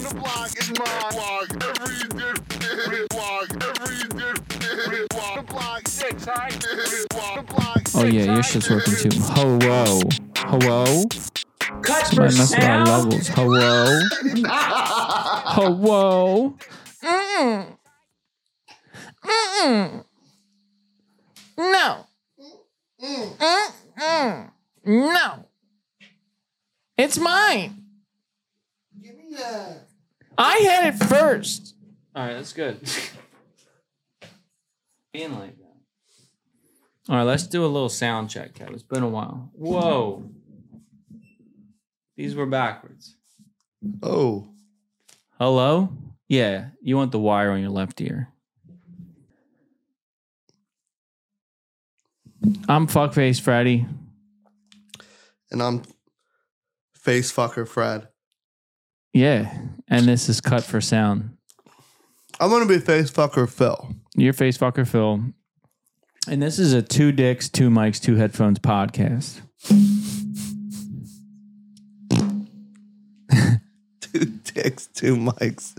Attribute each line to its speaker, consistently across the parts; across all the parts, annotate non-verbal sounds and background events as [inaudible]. Speaker 1: blog is my blog. Every different blog. Every different blog. Blog six, right? Blog. Blog
Speaker 2: Oh yeah, your shit's working too. Hello, hello.
Speaker 3: Cuts for
Speaker 2: Man, that's my
Speaker 3: sound.
Speaker 2: levels. Hello, hello.
Speaker 4: Mm-mm. Mm-mm. No. Mm-mm. No. It's mine. I had it first.
Speaker 3: All right, that's good. Being like that. All right, let's do a little sound check, Kev. It's been a while. Whoa. These were backwards.
Speaker 5: Oh,
Speaker 3: Hello? Yeah, you want the wire on your left ear. I'm fuckface Freddy.
Speaker 5: and I'm face fucker Fred.
Speaker 3: Yeah, and this is cut for sound.
Speaker 5: I'm gonna be face fucker Phil. [laughs]
Speaker 3: Your face fucker Phil. And this is a two dicks, two mics, two headphones podcast.
Speaker 5: Two dicks, two mics.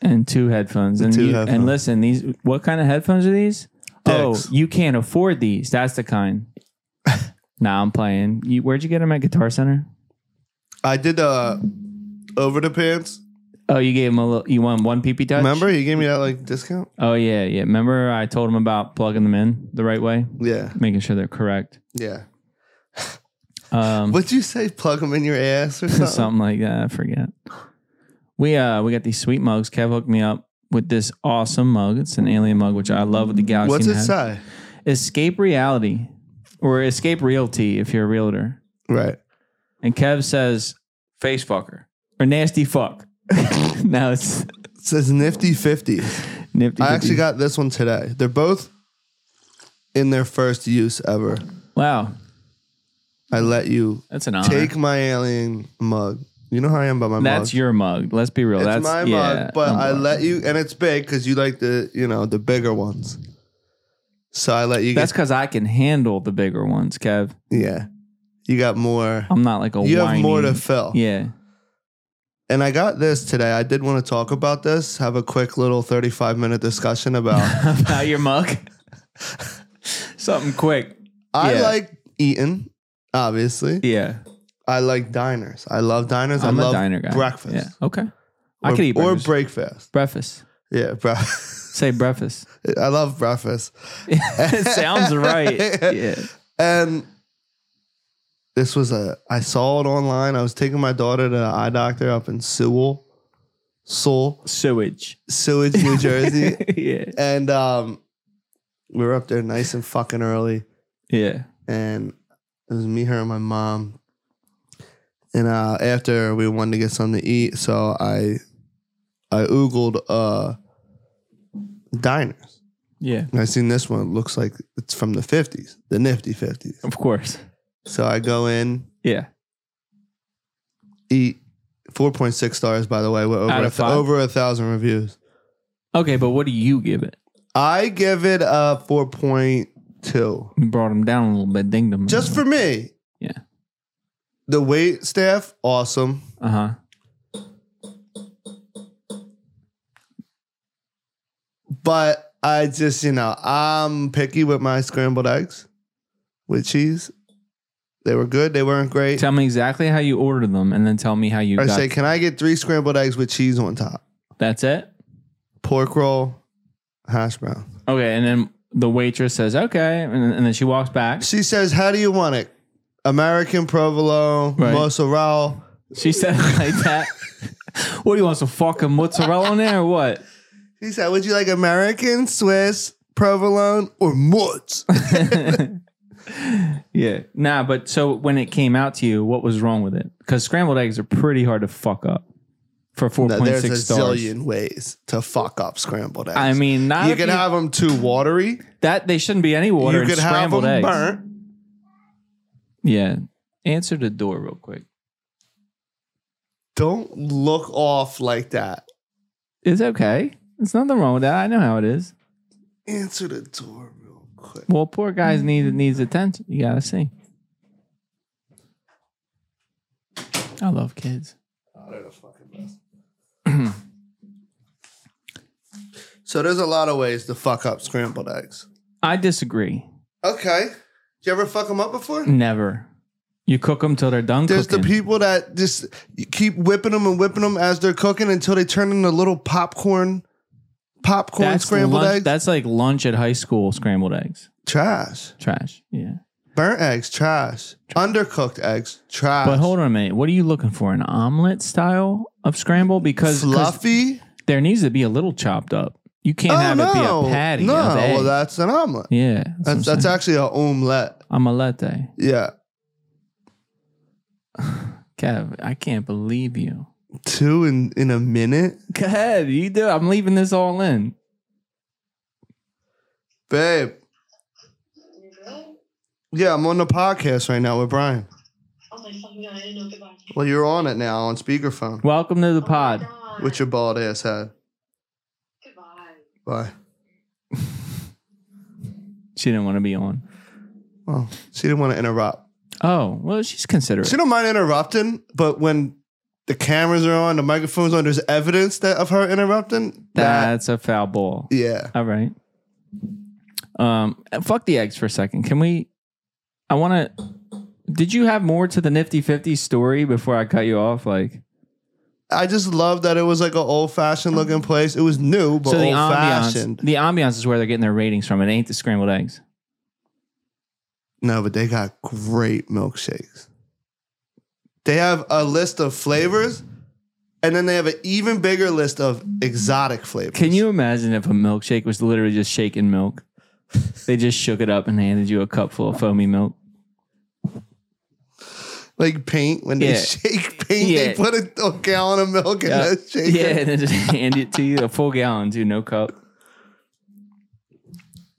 Speaker 3: and two headphones. And
Speaker 5: two
Speaker 3: you, and
Speaker 5: headphones.
Speaker 3: listen, these what kind of headphones are these?
Speaker 5: Dicks.
Speaker 3: Oh, you can't afford these. That's the
Speaker 5: [laughs]
Speaker 3: kind. nah, I'm playing. You, where'd you get them at Guitar Center?
Speaker 5: I did uh over the pants.
Speaker 3: Oh, you gave him a little. You won one PP touch.
Speaker 5: Remember, he gave me that like discount.
Speaker 3: Oh yeah, yeah. Remember I told him about plugging them in the right way,
Speaker 5: Yeah,
Speaker 3: making sure they're correct.
Speaker 5: yeah.
Speaker 3: Um,
Speaker 5: What'd you say? Plug them in your
Speaker 3: [laughs]
Speaker 5: ass or something?
Speaker 3: something like that. I forget. We uh we got these sweet mugs. Kev hooked me up with this awesome mug. It's an alien mug, which I love with the galaxy.
Speaker 5: What's it
Speaker 3: head.
Speaker 5: say?
Speaker 3: Escape reality, or escape realty if you're a realtor.
Speaker 5: Right.
Speaker 3: And Kev says, face fucker or nasty fuck. [laughs] now it's
Speaker 5: It says nifty fifties.
Speaker 3: [laughs] nifty.
Speaker 5: I actually
Speaker 3: fifty.
Speaker 5: got this one today. They're both in their first use ever.
Speaker 3: wow.
Speaker 5: I let you
Speaker 3: That's an honor.
Speaker 5: take my alien mug. You know how I am about my mug.
Speaker 3: that's your mug. Let's be real.
Speaker 5: It's
Speaker 3: that's
Speaker 5: my
Speaker 3: yeah,
Speaker 5: mug, but
Speaker 3: a
Speaker 5: I
Speaker 3: mug.
Speaker 5: let you, and it's big because you like the, you know, the bigger ones. So I let you.
Speaker 3: That's
Speaker 5: Get,
Speaker 3: because I can handle the bigger ones, Kev.
Speaker 5: yeah, you got more.
Speaker 3: I'm not like a
Speaker 5: You have
Speaker 3: whiny-
Speaker 5: more to fill.
Speaker 3: Yeah.
Speaker 5: And I got this today. I did want to talk about this. Have a quick little thirty-five minute
Speaker 3: [laughs]
Speaker 5: discussion about.
Speaker 3: About your mug. Something quick.
Speaker 5: I
Speaker 3: Yeah.
Speaker 5: like eating, obviously.
Speaker 3: Yeah.
Speaker 5: I like diners. I love diners.
Speaker 3: I'm
Speaker 5: I
Speaker 3: a
Speaker 5: love
Speaker 3: diner guy.
Speaker 5: breakfast.
Speaker 3: Yeah. Okay.
Speaker 5: Or,
Speaker 3: I could eat
Speaker 5: or
Speaker 3: breakfast.
Speaker 5: breakfast.
Speaker 3: breakfast.
Speaker 5: Yeah, [laughs] bro.
Speaker 3: Say
Speaker 5: [laughs]
Speaker 3: breakfast. [laughs]
Speaker 5: I love breakfast.
Speaker 3: it sounds right. Yeah.
Speaker 5: And this was a I saw it online. I was taking my daughter to the eye doctor up in Sewell, Seoul,
Speaker 3: Sewage.
Speaker 5: Sewage, New Jersey,
Speaker 3: [laughs] yeah.
Speaker 5: and um, we were up there nice and fucking early,
Speaker 3: Yeah.
Speaker 5: and it was me, her, and my mom. And uh, after we wanted to get something to eat, so I I oogled uh diners.
Speaker 3: Yeah.
Speaker 5: And I seen this one. It looks like it's from the fifties, the nifty fifties.
Speaker 3: Of course.
Speaker 5: So I go in,
Speaker 3: Yeah.
Speaker 5: eat. 4.6 stars, by the way. We're over,
Speaker 3: Out
Speaker 5: a,
Speaker 3: of
Speaker 5: th-
Speaker 3: five?
Speaker 5: over a thousand reviews.
Speaker 3: Okay, but what do you give it?
Speaker 5: I give it a 4.2
Speaker 3: You brought him down a little bit, dinged him.
Speaker 5: just for me.
Speaker 3: Yeah.
Speaker 5: The wait staff, awesome.
Speaker 3: uh huh.
Speaker 5: But I just, you know, I'm picky with my scrambled eggs with cheese. They were good. They weren't great.
Speaker 3: Tell me exactly how you ordered them, and then tell me how you
Speaker 5: I
Speaker 3: got.
Speaker 5: say, can I get three scrambled eggs with cheese on top?
Speaker 3: That's it.
Speaker 5: Pork roll, hash brown.
Speaker 3: Okay, and then the waitress says, "Okay," and, and then she walks back.
Speaker 5: She says, "How do you want it? American provolone,
Speaker 3: Right.
Speaker 5: mozzarella."
Speaker 3: She said it like that. [laughs] what do you want? Some fucking mozzarella on there, or what?
Speaker 5: She said, "Would you like American, Swiss, provolone,
Speaker 3: [laughs]
Speaker 5: or mozz?"
Speaker 3: Yeah. Nah, but so when it came out to you, what was wrong with it? Because scrambled eggs are pretty hard to fuck up for four
Speaker 5: Now,
Speaker 3: point
Speaker 5: there's a
Speaker 3: six stars.
Speaker 5: zillion ways to fuck up scrambled eggs.
Speaker 3: I mean, not
Speaker 5: you
Speaker 3: if
Speaker 5: can have them too watery.
Speaker 3: that. They shouldn't be any water.
Speaker 5: you
Speaker 3: in
Speaker 5: could have
Speaker 3: scrambled
Speaker 5: them
Speaker 3: eggs.
Speaker 5: burnt.
Speaker 3: Yeah. Answer the door real quick.
Speaker 5: Don't look off like that.
Speaker 3: It's okay. There's nothing wrong with that. I know how it is.
Speaker 5: Answer the door real quick.
Speaker 3: Well, poor guys need needs attention. You gotta see. I love kids.
Speaker 5: Oh, they're the fucking best. So there's a lot of ways to fuck up scrambled eggs.
Speaker 3: I disagree.
Speaker 5: Okay. Did you ever fuck them up before?
Speaker 3: Never. You cook them till they're done
Speaker 5: There's the
Speaker 3: Mm, cooking.
Speaker 5: people that just keep whipping them and whipping them as they're cooking until they turn into little popcorn, popcorn
Speaker 3: that's
Speaker 5: scrambled
Speaker 3: lunch,
Speaker 5: eggs.
Speaker 3: That's like lunch at high school scrambled eggs.
Speaker 5: trash.
Speaker 3: Trash. Yeah.
Speaker 5: Burnt eggs, trash. Undercooked eggs, trash.
Speaker 3: But hold on a minute. What are you looking for? An omelet style of scramble? Because 'cause
Speaker 5: fluffy.
Speaker 3: there needs to be a little chopped up. You can't
Speaker 5: Oh
Speaker 3: have
Speaker 5: no,
Speaker 3: it be a patty.
Speaker 5: no.
Speaker 3: Of egg.
Speaker 5: Well, that's an omelet.
Speaker 3: yeah.
Speaker 5: That's that's actually an omelet.
Speaker 3: omelette.
Speaker 5: Yeah,
Speaker 3: Kev, I can't believe you.
Speaker 5: two in in a minute,
Speaker 3: Go ahead. You do. I'm leaving this all in.
Speaker 5: babe. Yeah, I'm on the podcast right now with Brian.
Speaker 6: Oh my fucking god, I didn't know goodbye.
Speaker 5: Well, you're on it now on speakerphone
Speaker 3: Welcome to the pod.
Speaker 5: with your bald ass head.
Speaker 6: Goodbye.
Speaker 5: Bye.
Speaker 3: She didn't want to be on.
Speaker 5: Well, she didn't want to interrupt.
Speaker 3: Oh, well, she's considerate.
Speaker 5: She don't mind interrupting, but when the cameras are on, the microphones on, there's evidence that of her interrupting. That,
Speaker 3: That's a foul ball.
Speaker 5: yeah.
Speaker 3: All right. Um, fuck the eggs for a second. Can we? I want to. Did you have more to the nifty fifty story before I cut you off? Like,
Speaker 5: I just love that it was like an old fashioned looking place. It was new, but
Speaker 3: so the
Speaker 5: old
Speaker 3: ambiance.
Speaker 5: fashioned.
Speaker 3: The ambiance is where they're getting their ratings from. It ain't the scrambled eggs.
Speaker 5: No, but they got great milkshakes. They have a list of flavors, and then they have an even bigger list of exotic flavors.
Speaker 3: Can you imagine if a milkshake was literally just shaken milk? they just shook it up and handed you a cup full of foamy milk.
Speaker 5: like paint when they
Speaker 3: Yeah.
Speaker 5: [laughs] shake paint? They
Speaker 3: Yeah.
Speaker 5: put a, a gallon of milk in that shaker.
Speaker 3: yeah, and then just [laughs] hand it to you a full gallon, too, no cup.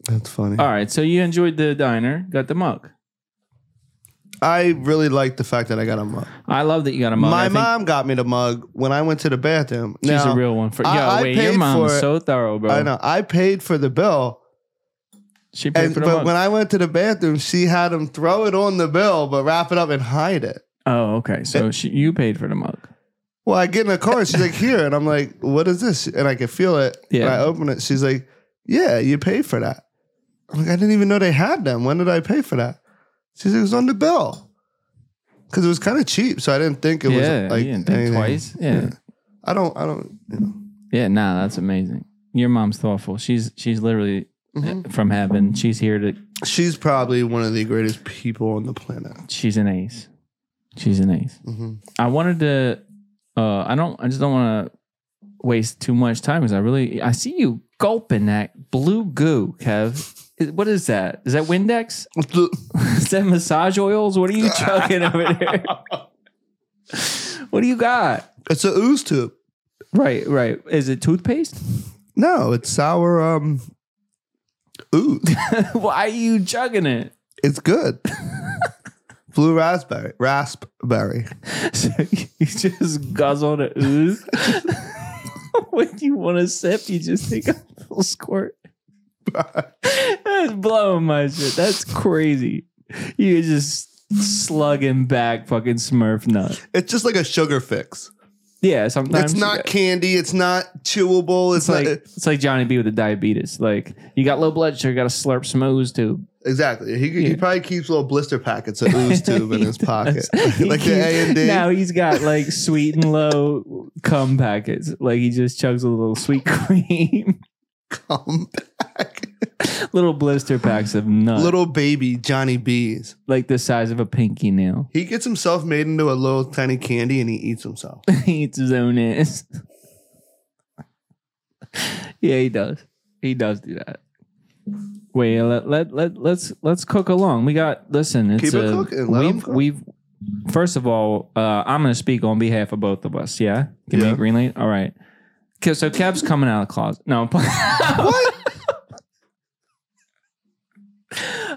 Speaker 5: That's funny.
Speaker 3: All right, so you enjoyed the diner, got the mug.
Speaker 5: I really like the fact that I got a mug.
Speaker 3: I love that you got a mug. I
Speaker 5: My
Speaker 3: think
Speaker 5: mom got me the mug when I went to the bathroom.
Speaker 3: She's
Speaker 5: now,
Speaker 3: a real one for. Yo,
Speaker 5: I- I
Speaker 3: wait, your
Speaker 5: paid
Speaker 3: mom
Speaker 5: for
Speaker 3: is
Speaker 5: it.
Speaker 3: so thorough, bro.
Speaker 5: I know. I paid for the bill,
Speaker 3: She paid
Speaker 5: and
Speaker 3: for the
Speaker 5: but
Speaker 3: mug.
Speaker 5: when I went to the bathroom, she had him throw it on the bill, but wrap it up and hide it.
Speaker 3: oh, okay. So she, you paid for the mug.
Speaker 5: Well, I get in the car, and she's like, "Here," and I'm like, "What is this?" And I can feel it.
Speaker 3: Yeah.
Speaker 5: And I open it. She's like, "Yeah, you paid for that." I'm like, "I didn't even know they had them. When did I pay for that?" She's like, "It was on the bill." Because it was kind of cheap, so I didn't think it
Speaker 3: yeah,
Speaker 5: was like
Speaker 3: you didn't
Speaker 5: anything.
Speaker 3: think twice. Yeah. yeah,
Speaker 5: I don't. I don't. You know.
Speaker 3: Nah, that's amazing. Your mom's thoughtful. She's she's literally eh,
Speaker 5: Mhm.
Speaker 3: from heaven. She's here to.
Speaker 5: She's probably one of the greatest people on the planet. [laughs]
Speaker 3: She's an ace. She's an ace.
Speaker 5: Mm-hmm.
Speaker 3: I wanted to. Uh, I don't. I just don't want to waste too much time because I really. I see you gulping that blue goo, Kev. Is- What is that? Is that Windex? Is that massage oils? What are you chugging over there? what do you got?
Speaker 5: It's a ooze tube.
Speaker 3: Right, right. Is it toothpaste? [laughs]
Speaker 5: No, it's sour um ooze.
Speaker 3: Why are you chugging it? [laughs]
Speaker 5: It's good. Blue raspberry. Raspberry.
Speaker 3: So you just guzzle the ooze. [laughs] when you want to sip, you just take a little squirt. [laughs] That's blowing my shit. That's crazy. You're just slugging back fucking Smurf nut.
Speaker 5: It's just like a sugar fix.
Speaker 3: Yeah, sometimes
Speaker 5: it's
Speaker 3: you
Speaker 5: not
Speaker 3: got-
Speaker 5: candy. It's not chewable. It's,
Speaker 3: It's like
Speaker 5: not
Speaker 3: it's like Johnny B with the diabetes. Like you got low blood sugar, got to slurp some ooze too.
Speaker 5: exactly. He, he probably keeps little blister packets
Speaker 3: [laughs]
Speaker 5: of ooze tube in his pocket, like the A and D.
Speaker 3: Now he's got like sweet and low cum packets. Like he just chugs a little sweet [laughs] cream,
Speaker 5: [laughs] Come back.
Speaker 3: little blister packs of nuts,
Speaker 5: Little baby Johnny B's.
Speaker 3: like the size of a pinky nail.
Speaker 5: He gets himself made into a little tiny candy and he eats himself.
Speaker 3: [laughs] he eats his own ass. [laughs] yeah, he does. He does do that. Wait, let, let let let's let's cook along. We got listen. It's
Speaker 5: Keep it
Speaker 3: a-
Speaker 5: cooking. Let 'em
Speaker 3: We've
Speaker 5: cook.
Speaker 3: we've first of all, uh, I'm going to speak on behalf of both of us. Yeah, give me
Speaker 5: Yeah.
Speaker 3: a green light. All right. Ke- So Kev's coming out of the closet. No, I'm playing. [laughs]
Speaker 5: what?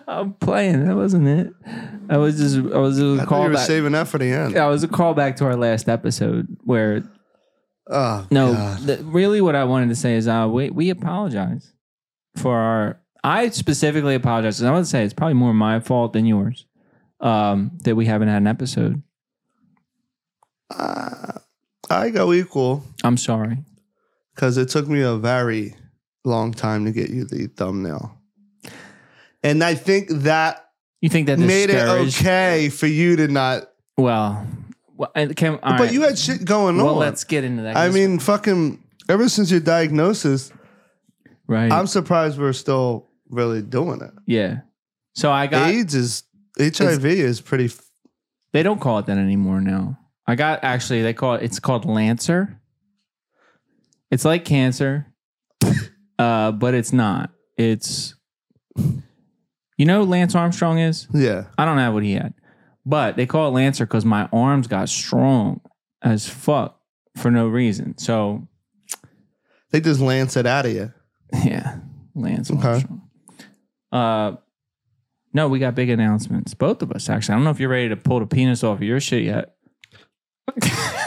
Speaker 3: I'm playing. That wasn't it. I was just I was just
Speaker 5: I
Speaker 3: a
Speaker 5: thought you were
Speaker 3: callback.
Speaker 5: saving that for the end.
Speaker 3: Yeah, it was a callback to our last episode where
Speaker 5: Oh,
Speaker 3: No,
Speaker 5: God.
Speaker 3: th- really, what I wanted to say is uh, we we apologize for our. I specifically apologize, and I would say it's probably more my fault than yours um, that we haven't had an episode.
Speaker 5: Uh, I go equal
Speaker 3: I'm sorry.
Speaker 5: because it took me a very long time to get you the thumbnail. And I think that
Speaker 3: You think that
Speaker 5: made it
Speaker 3: discouraged?
Speaker 5: okay for you to not.
Speaker 3: Well, well it came, all
Speaker 5: but
Speaker 3: right.
Speaker 5: you had shit going
Speaker 3: Well,
Speaker 5: on.
Speaker 3: let's get into that.
Speaker 5: I
Speaker 3: 'cause-
Speaker 5: mean, fucking. Ever since your diagnosis,
Speaker 3: right?
Speaker 5: I'm surprised we're still really doing it.
Speaker 3: yeah. So I got.
Speaker 5: AIDS is HIV is pretty. f-
Speaker 3: They don't call it that anymore now. I got actually they call it it's called Lancer. It's like cancer. [laughs] Uh, but it's not. It's you know who Lance Armstrong is?
Speaker 5: Yeah,
Speaker 3: I don't have what he had. But they call it Lancer because my arms got strong as fuck for no reason. So
Speaker 5: they just lance it out of you.
Speaker 3: [laughs] yeah, Lance
Speaker 5: Okay.
Speaker 3: Armstrong. Uh no, we got big announcements. Both of us actually. I don't know if you're ready to pull the penis off of your shit yet. [laughs]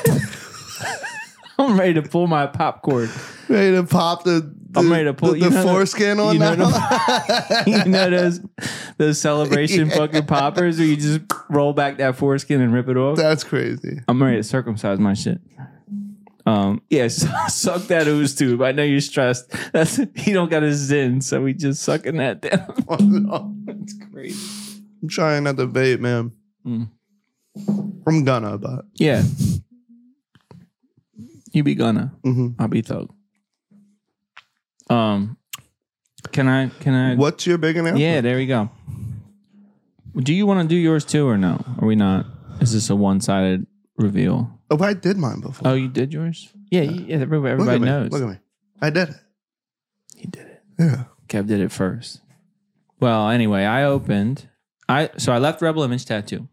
Speaker 3: I'm ready to pull my popcorn. [laughs]
Speaker 5: Ready to pop the. the
Speaker 3: I'm ready to pull-
Speaker 5: the,
Speaker 3: you
Speaker 5: the
Speaker 3: know the-
Speaker 5: foreskin on
Speaker 3: you know
Speaker 5: that.
Speaker 3: [laughs] you know those those celebration fucking poppers where you just roll back that foreskin and rip it off.
Speaker 5: [laughs] That's crazy.
Speaker 3: I'm ready to circumcise my shit. Um, [laughs] yes, suck that ooze tube. I know you're stressed. That's he don't got his zin, so we just sucking that down.
Speaker 5: I'm
Speaker 3: It's crazy.
Speaker 5: trying not to vape, man.
Speaker 3: Mm.
Speaker 5: I'm gonna, but
Speaker 3: Yeah, you be gonna.
Speaker 5: Mhm.
Speaker 3: I'll be thug. Um, can I? Can I?
Speaker 5: what's your big announcement?
Speaker 3: Yeah, there we go. Do you want to do yours too or no? Are we not? Is this a one sided reveal?
Speaker 5: Oh, I did mine before.
Speaker 3: Oh, you did yours? Yeah, you- yeah everybody,
Speaker 5: Look at
Speaker 3: everybody
Speaker 5: me.
Speaker 3: knows.
Speaker 5: Look at me. I did it.
Speaker 3: He did it.
Speaker 5: Yeah. [laughs]
Speaker 3: Kev did it first. Well, anyway, I opened. I so I left Rebel Image Tattoo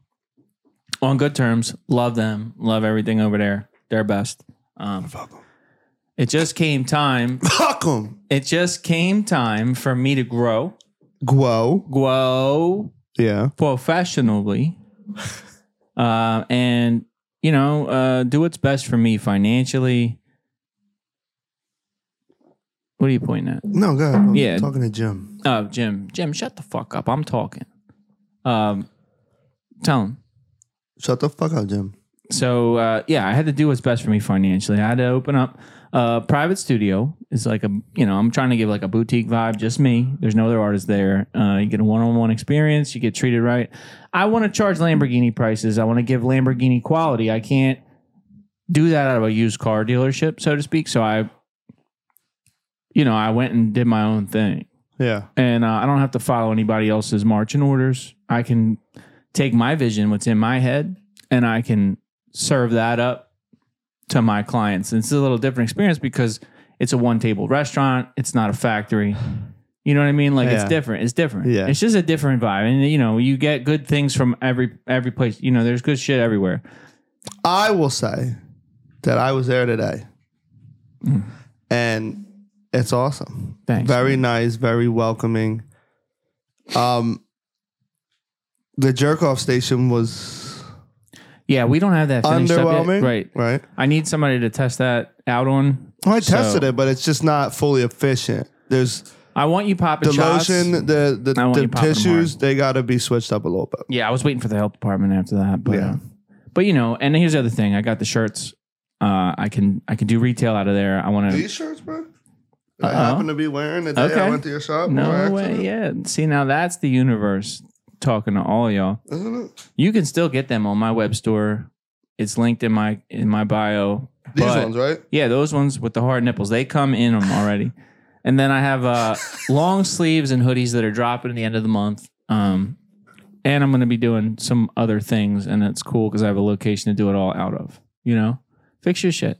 Speaker 3: on good terms. Love them. Love everything over there. They're best. Um,
Speaker 5: Fuck them.
Speaker 3: it just came time.
Speaker 5: Fuck them.
Speaker 3: It just came time for me to grow,
Speaker 5: Guo.
Speaker 3: grow
Speaker 5: Yeah.
Speaker 3: professionally uh, and you know uh, do what's best for me financially what are you pointing at
Speaker 5: No, go ahead. I'm
Speaker 3: Yeah.
Speaker 5: Talking to Jim.
Speaker 3: oh jim jim shut the fuck up i'm talking um tell him
Speaker 5: Shut the fuck up, Jim.
Speaker 3: so uh, yeah, I had to do what's best for me financially. I had to open up a private studio. It's like a you know I'm trying to give like a boutique vibe, just me. There's no other artists there. Uh, you get a one-on-one experience. You get treated right. I want to charge Lamborghini prices. I want to give Lamborghini quality. I can't do that out of a used car dealership, so to speak. So I, you know, I went and did my own thing
Speaker 5: Yeah.
Speaker 3: and uh, I don't have to follow anybody else's marching orders. I can take my vision, what's in my head, and I can serve that up to my clients. And it's a little different experience because it's a one table restaurant. It's not a factory. You know what I mean? Like it's
Speaker 5: Yeah.
Speaker 3: different. It's different.
Speaker 5: Yeah.
Speaker 3: It's just a different vibe. And you know, you get good things from every every place. You know, there's good shit everywhere.
Speaker 5: I will say that I was there today, and it's awesome.
Speaker 3: Mm. Thanks.
Speaker 5: Very nice. Very welcoming. Um, the jerk off station was
Speaker 3: Yeah, we don't have that finished up yet.
Speaker 5: underwhelming.
Speaker 3: Right.
Speaker 5: Right.
Speaker 3: I need somebody to test that out on.
Speaker 5: Well, I tested
Speaker 3: So-
Speaker 5: it, but it's just not fully efficient. There's
Speaker 3: I want you popping
Speaker 5: the
Speaker 3: shots.
Speaker 5: lotion, the the,
Speaker 3: I want
Speaker 5: the
Speaker 3: you popping 'em
Speaker 5: tissues. They got to be switched up a little bit.
Speaker 3: Yeah, I was waiting for the health department after that, but
Speaker 5: Yeah.
Speaker 3: uh, but you know, and here's the other thing: I got the shirts. Uh, I can I can do retail out of there. I want to.
Speaker 5: These shirts, bro. that I
Speaker 3: Uh-oh.
Speaker 5: happen to be wearing the day I
Speaker 3: Uh-huh. Okay.
Speaker 5: went to your shop. by
Speaker 3: No
Speaker 5: accident.
Speaker 3: way, yeah. See, now that's the universe talking to all y'all.
Speaker 5: Isn't it?
Speaker 3: You can still get them on my web store. It's linked in my in my bio.
Speaker 5: These
Speaker 3: But-
Speaker 5: ones, right?
Speaker 3: Yeah, those ones with the hard nipples, they come in them already. And then I have uh, long sleeves and hoodies that are dropping at the end of the month. Um, and I'm going to be doing some other things, and it's cool because I have a location to do it all out of. You know, fix your shit.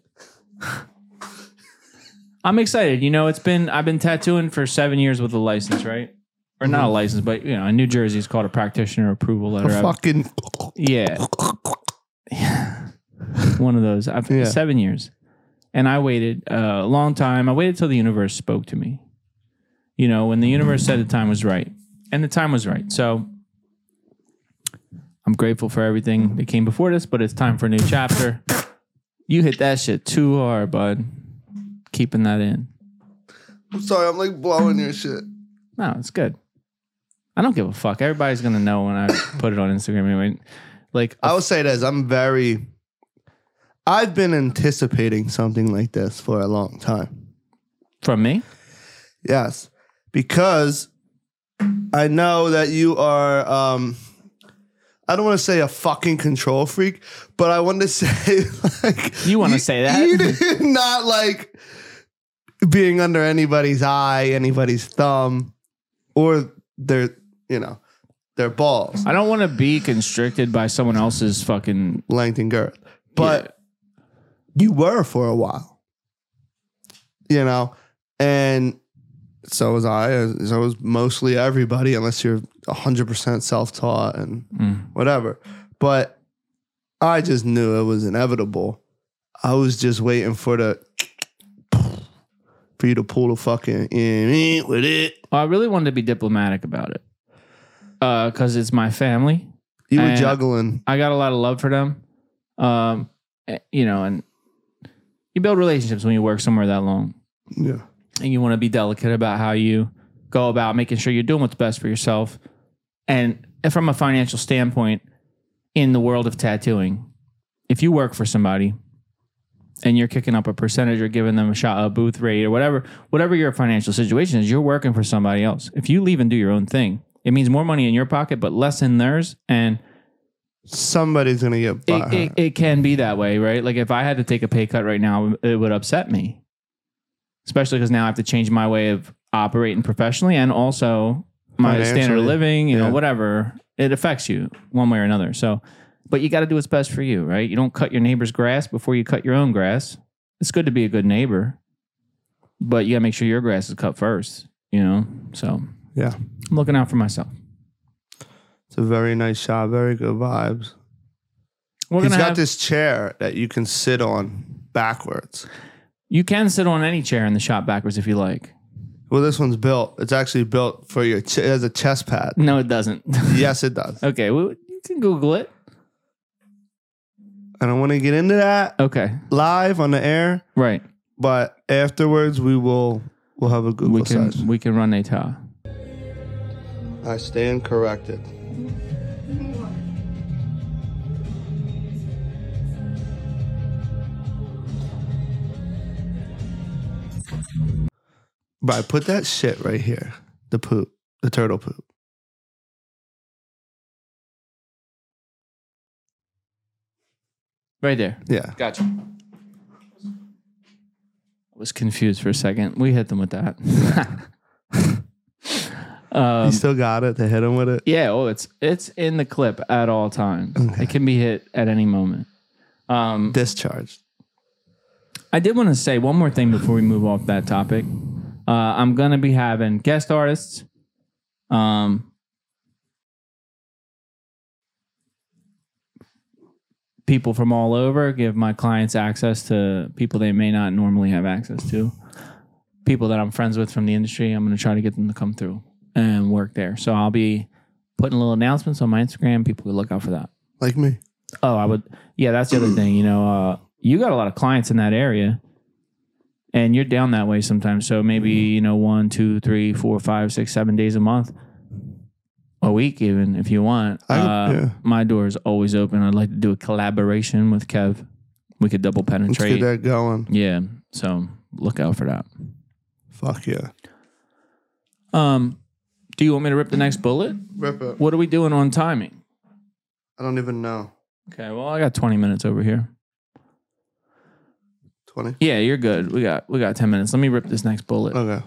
Speaker 3: I'm excited. You know, it's been I've been tattooing for seven years with a license, right? Or not a license, but you know, in New Jersey, it's called a practitioner approval letter. I've-
Speaker 5: Fucking.
Speaker 3: yeah. One of those. I've
Speaker 5: Yeah.
Speaker 3: seven years. And I waited uh, a long time. I waited till the universe spoke to me. You know, when the universe said the time was right. And the time was right. So I'm grateful for everything that came before this, but it's time for a new chapter. You hit that shit too hard, bud. Keeping that in.
Speaker 5: I'm sorry, I'm like blowing your shit.
Speaker 3: No, it's good. I don't give a fuck. Everybody's gonna know when I put it on Instagram anyway. Like
Speaker 5: I will say this: I'm very. I've been anticipating something like this for a long time.
Speaker 3: from me?
Speaker 5: Yes, because I know that you are. Um, I don't want to say a fucking control freak, but I want to [laughs] say like
Speaker 3: You wanna say that?
Speaker 5: you did not like being under anybody's eye, anybody's thumb, or their you know their balls,
Speaker 3: I don't want to be constricted by someone else's fucking.
Speaker 5: length and girth. But you were for a while, you know, and so was I. So was mostly everybody, unless you're hundred percent self-taught and
Speaker 3: Mm.
Speaker 5: whatever. But I just knew it was inevitable. I was just waiting for the for you to pull the fucking in with it.
Speaker 3: I really wanted to be diplomatic about it, because it's my family.
Speaker 5: You were
Speaker 3: And-
Speaker 5: juggling.
Speaker 3: I got a lot of love for them. Um, eh, you know, and you build relationships when you work somewhere that long,
Speaker 5: Yeah.
Speaker 3: and you want to be delicate about how you go about making sure you're doing what's best for yourself. And from a financial standpoint, in the world of tattooing, if you work for somebody and you're kicking up a percentage or giving them a shot a booth rate or whatever, whatever your financial situation is, you're working for somebody else. If you leave and do your own thing, it means more money in your pocket, but less in theirs. And
Speaker 5: Somebody's gonna get
Speaker 3: it,
Speaker 5: by.
Speaker 3: it, it can be that way, right? Like if I had to take a pay cut right now, it would upset me, especially because now I have to change my way of operating professionally and also my standard of
Speaker 5: Financially,
Speaker 3: living, you
Speaker 5: yeah.
Speaker 3: know, whatever. It affects you one way or another. So, but you got to do what's best for you, right? You don't cut your neighbor's grass before you cut your own grass. It's good to be a good neighbor, but you got to make sure your grass is cut first, you know? So,
Speaker 5: Yeah.
Speaker 3: I'm looking out for myself.
Speaker 5: It's a very nice shot. Very good vibes.
Speaker 3: We're
Speaker 5: He's
Speaker 3: gonna
Speaker 5: got
Speaker 3: have,
Speaker 5: this chair that you can sit on backwards.
Speaker 3: You can sit on any chair in the shop backwards if you like.
Speaker 5: Well, this one's built. It's actually built for your. Ch- it has a chest pad.
Speaker 3: [laughs] No, it doesn't.
Speaker 5: yes, it does.
Speaker 3: Okay, well, you can Google it.
Speaker 5: I don't want to get into that
Speaker 3: Okay,
Speaker 5: live on the air,
Speaker 3: right.
Speaker 5: but afterwards we will. We'll have a Google
Speaker 3: we can
Speaker 5: search.
Speaker 3: we can run a ta.
Speaker 5: I stand corrected. But I put that shit right here. The poop. The turtle poop.
Speaker 3: right there.
Speaker 5: Yeah.
Speaker 3: Gotcha. I was confused for a second. We hit them with that. [laughs]
Speaker 5: you
Speaker 3: um,
Speaker 5: still got it to hit him with it?
Speaker 3: yeah. Oh, it's it's in the clip at all times.
Speaker 5: Okay.
Speaker 3: It can be hit at any moment. Um,
Speaker 5: Discharged.
Speaker 3: I did want to say one more thing before we move off that topic. Uh, I'm gonna be having guest artists. Um, people from all over give my clients access to people they may not normally have access to. People that I'm friends with from the industry, I'm gonna try to get them to come through and work there. So I'll be putting little announcements on my Instagram. People will look out for that.
Speaker 5: Like me.
Speaker 3: Oh, I would. Yeah, that's the other thing. You know, uh, you got a lot of clients in that area, and you're down that way sometimes. So maybe
Speaker 5: Mm-hmm.
Speaker 3: you know one, two, three, four, five, six, seven days a month, a week even if you want.
Speaker 5: I-
Speaker 3: uh,
Speaker 5: yeah.
Speaker 3: My door is always open. I'd like to do a collaboration with Kev. We could double
Speaker 5: Let's
Speaker 3: penetrate.
Speaker 5: get that going.
Speaker 3: Yeah, so look out for that.
Speaker 5: Fuck yeah.
Speaker 3: Um, do you want me to rip the next bullet?
Speaker 5: Rip it.
Speaker 3: What are we doing on timing?
Speaker 5: I don't even know.
Speaker 3: Okay, well I got 20 minutes over here.
Speaker 5: 20?
Speaker 3: Yeah, you're good. We got we got 10 minutes. Let me rip this next bullet.
Speaker 5: Okay.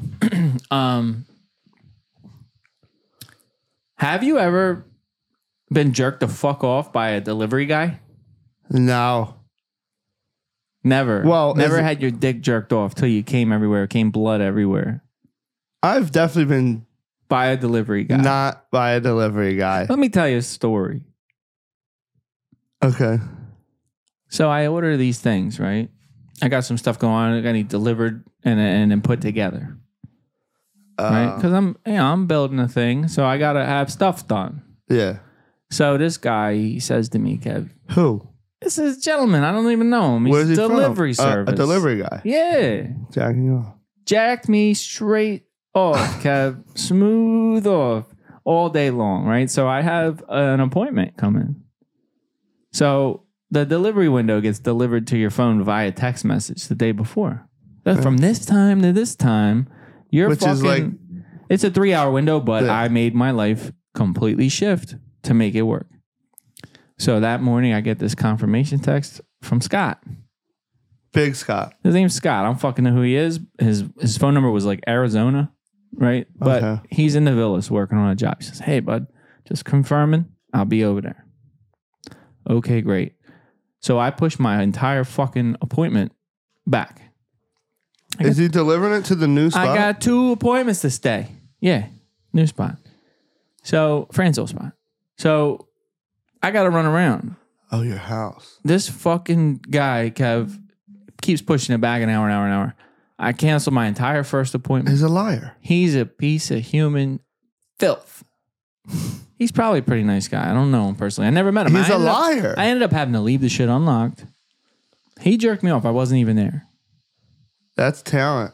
Speaker 3: Um, have you ever been jerked the fuck off by a delivery guy?
Speaker 5: Now,
Speaker 3: Never.
Speaker 5: Well,
Speaker 3: never
Speaker 5: as-
Speaker 3: had your dick jerked off till you came everywhere, came blood everywhere
Speaker 5: I've definitely been
Speaker 3: by a delivery guy.
Speaker 5: not by a delivery
Speaker 3: [laughs]
Speaker 5: guy.
Speaker 3: Let me tell you a story.
Speaker 5: Okay.
Speaker 3: So I order these things, right? I got some stuff going on. I got to delivered and and then put together, right?
Speaker 5: Uh,
Speaker 3: Because I'm you know, I'm building a thing, so I gotta have stuff done.
Speaker 5: yeah.
Speaker 3: So this guy he says to me, Kev,
Speaker 5: Who?
Speaker 3: this is a gentleman. I don't even know him. He's
Speaker 5: Where's he from?
Speaker 3: delivery
Speaker 5: Uh,
Speaker 3: service.
Speaker 5: a delivery guy.
Speaker 3: Yeah.
Speaker 5: Jacking off.
Speaker 3: Jacked me straight off,
Speaker 5: [laughs]
Speaker 3: Kev. Smooth off all day long, right? So I have an appointment coming. So the delivery window gets delivered to your phone via text message the day before. That's from this time to this time, You're
Speaker 5: Which
Speaker 3: fucking.
Speaker 5: is like-
Speaker 3: it's a three hour window, but
Speaker 5: Yeah.
Speaker 3: I made my life completely shift to make it work. So that morning, I get this confirmation text from Scott.
Speaker 5: Big Scott.
Speaker 3: His name's Scott. I don't fucking know who he is. His his phone number was like Arizona, right? But
Speaker 5: Okay.
Speaker 3: he's in the villas working on a job. He says, "Hey, bud, just confirming, I'll be over there." Okay, great. So I pushed my entire fucking appointment back. I
Speaker 5: Is he delivering it to the new spot?
Speaker 3: I got two appointments this day. Yeah, new spot. So Fran's old spot. So I got to run around.
Speaker 5: oh, your house.
Speaker 3: This fucking guy, Kev, keeps pushing it back an hour, an hour, an hour. I canceled my entire first appointment.
Speaker 5: He's a liar.
Speaker 3: He's a piece of human filth. He's probably a pretty nice guy. I don't know him personally. I never met him.
Speaker 5: He's
Speaker 3: I
Speaker 5: a
Speaker 3: ended up-
Speaker 5: liar.
Speaker 3: I ended up having to leave the shit unlocked. He jerked me off. I wasn't even there.
Speaker 5: That's talent.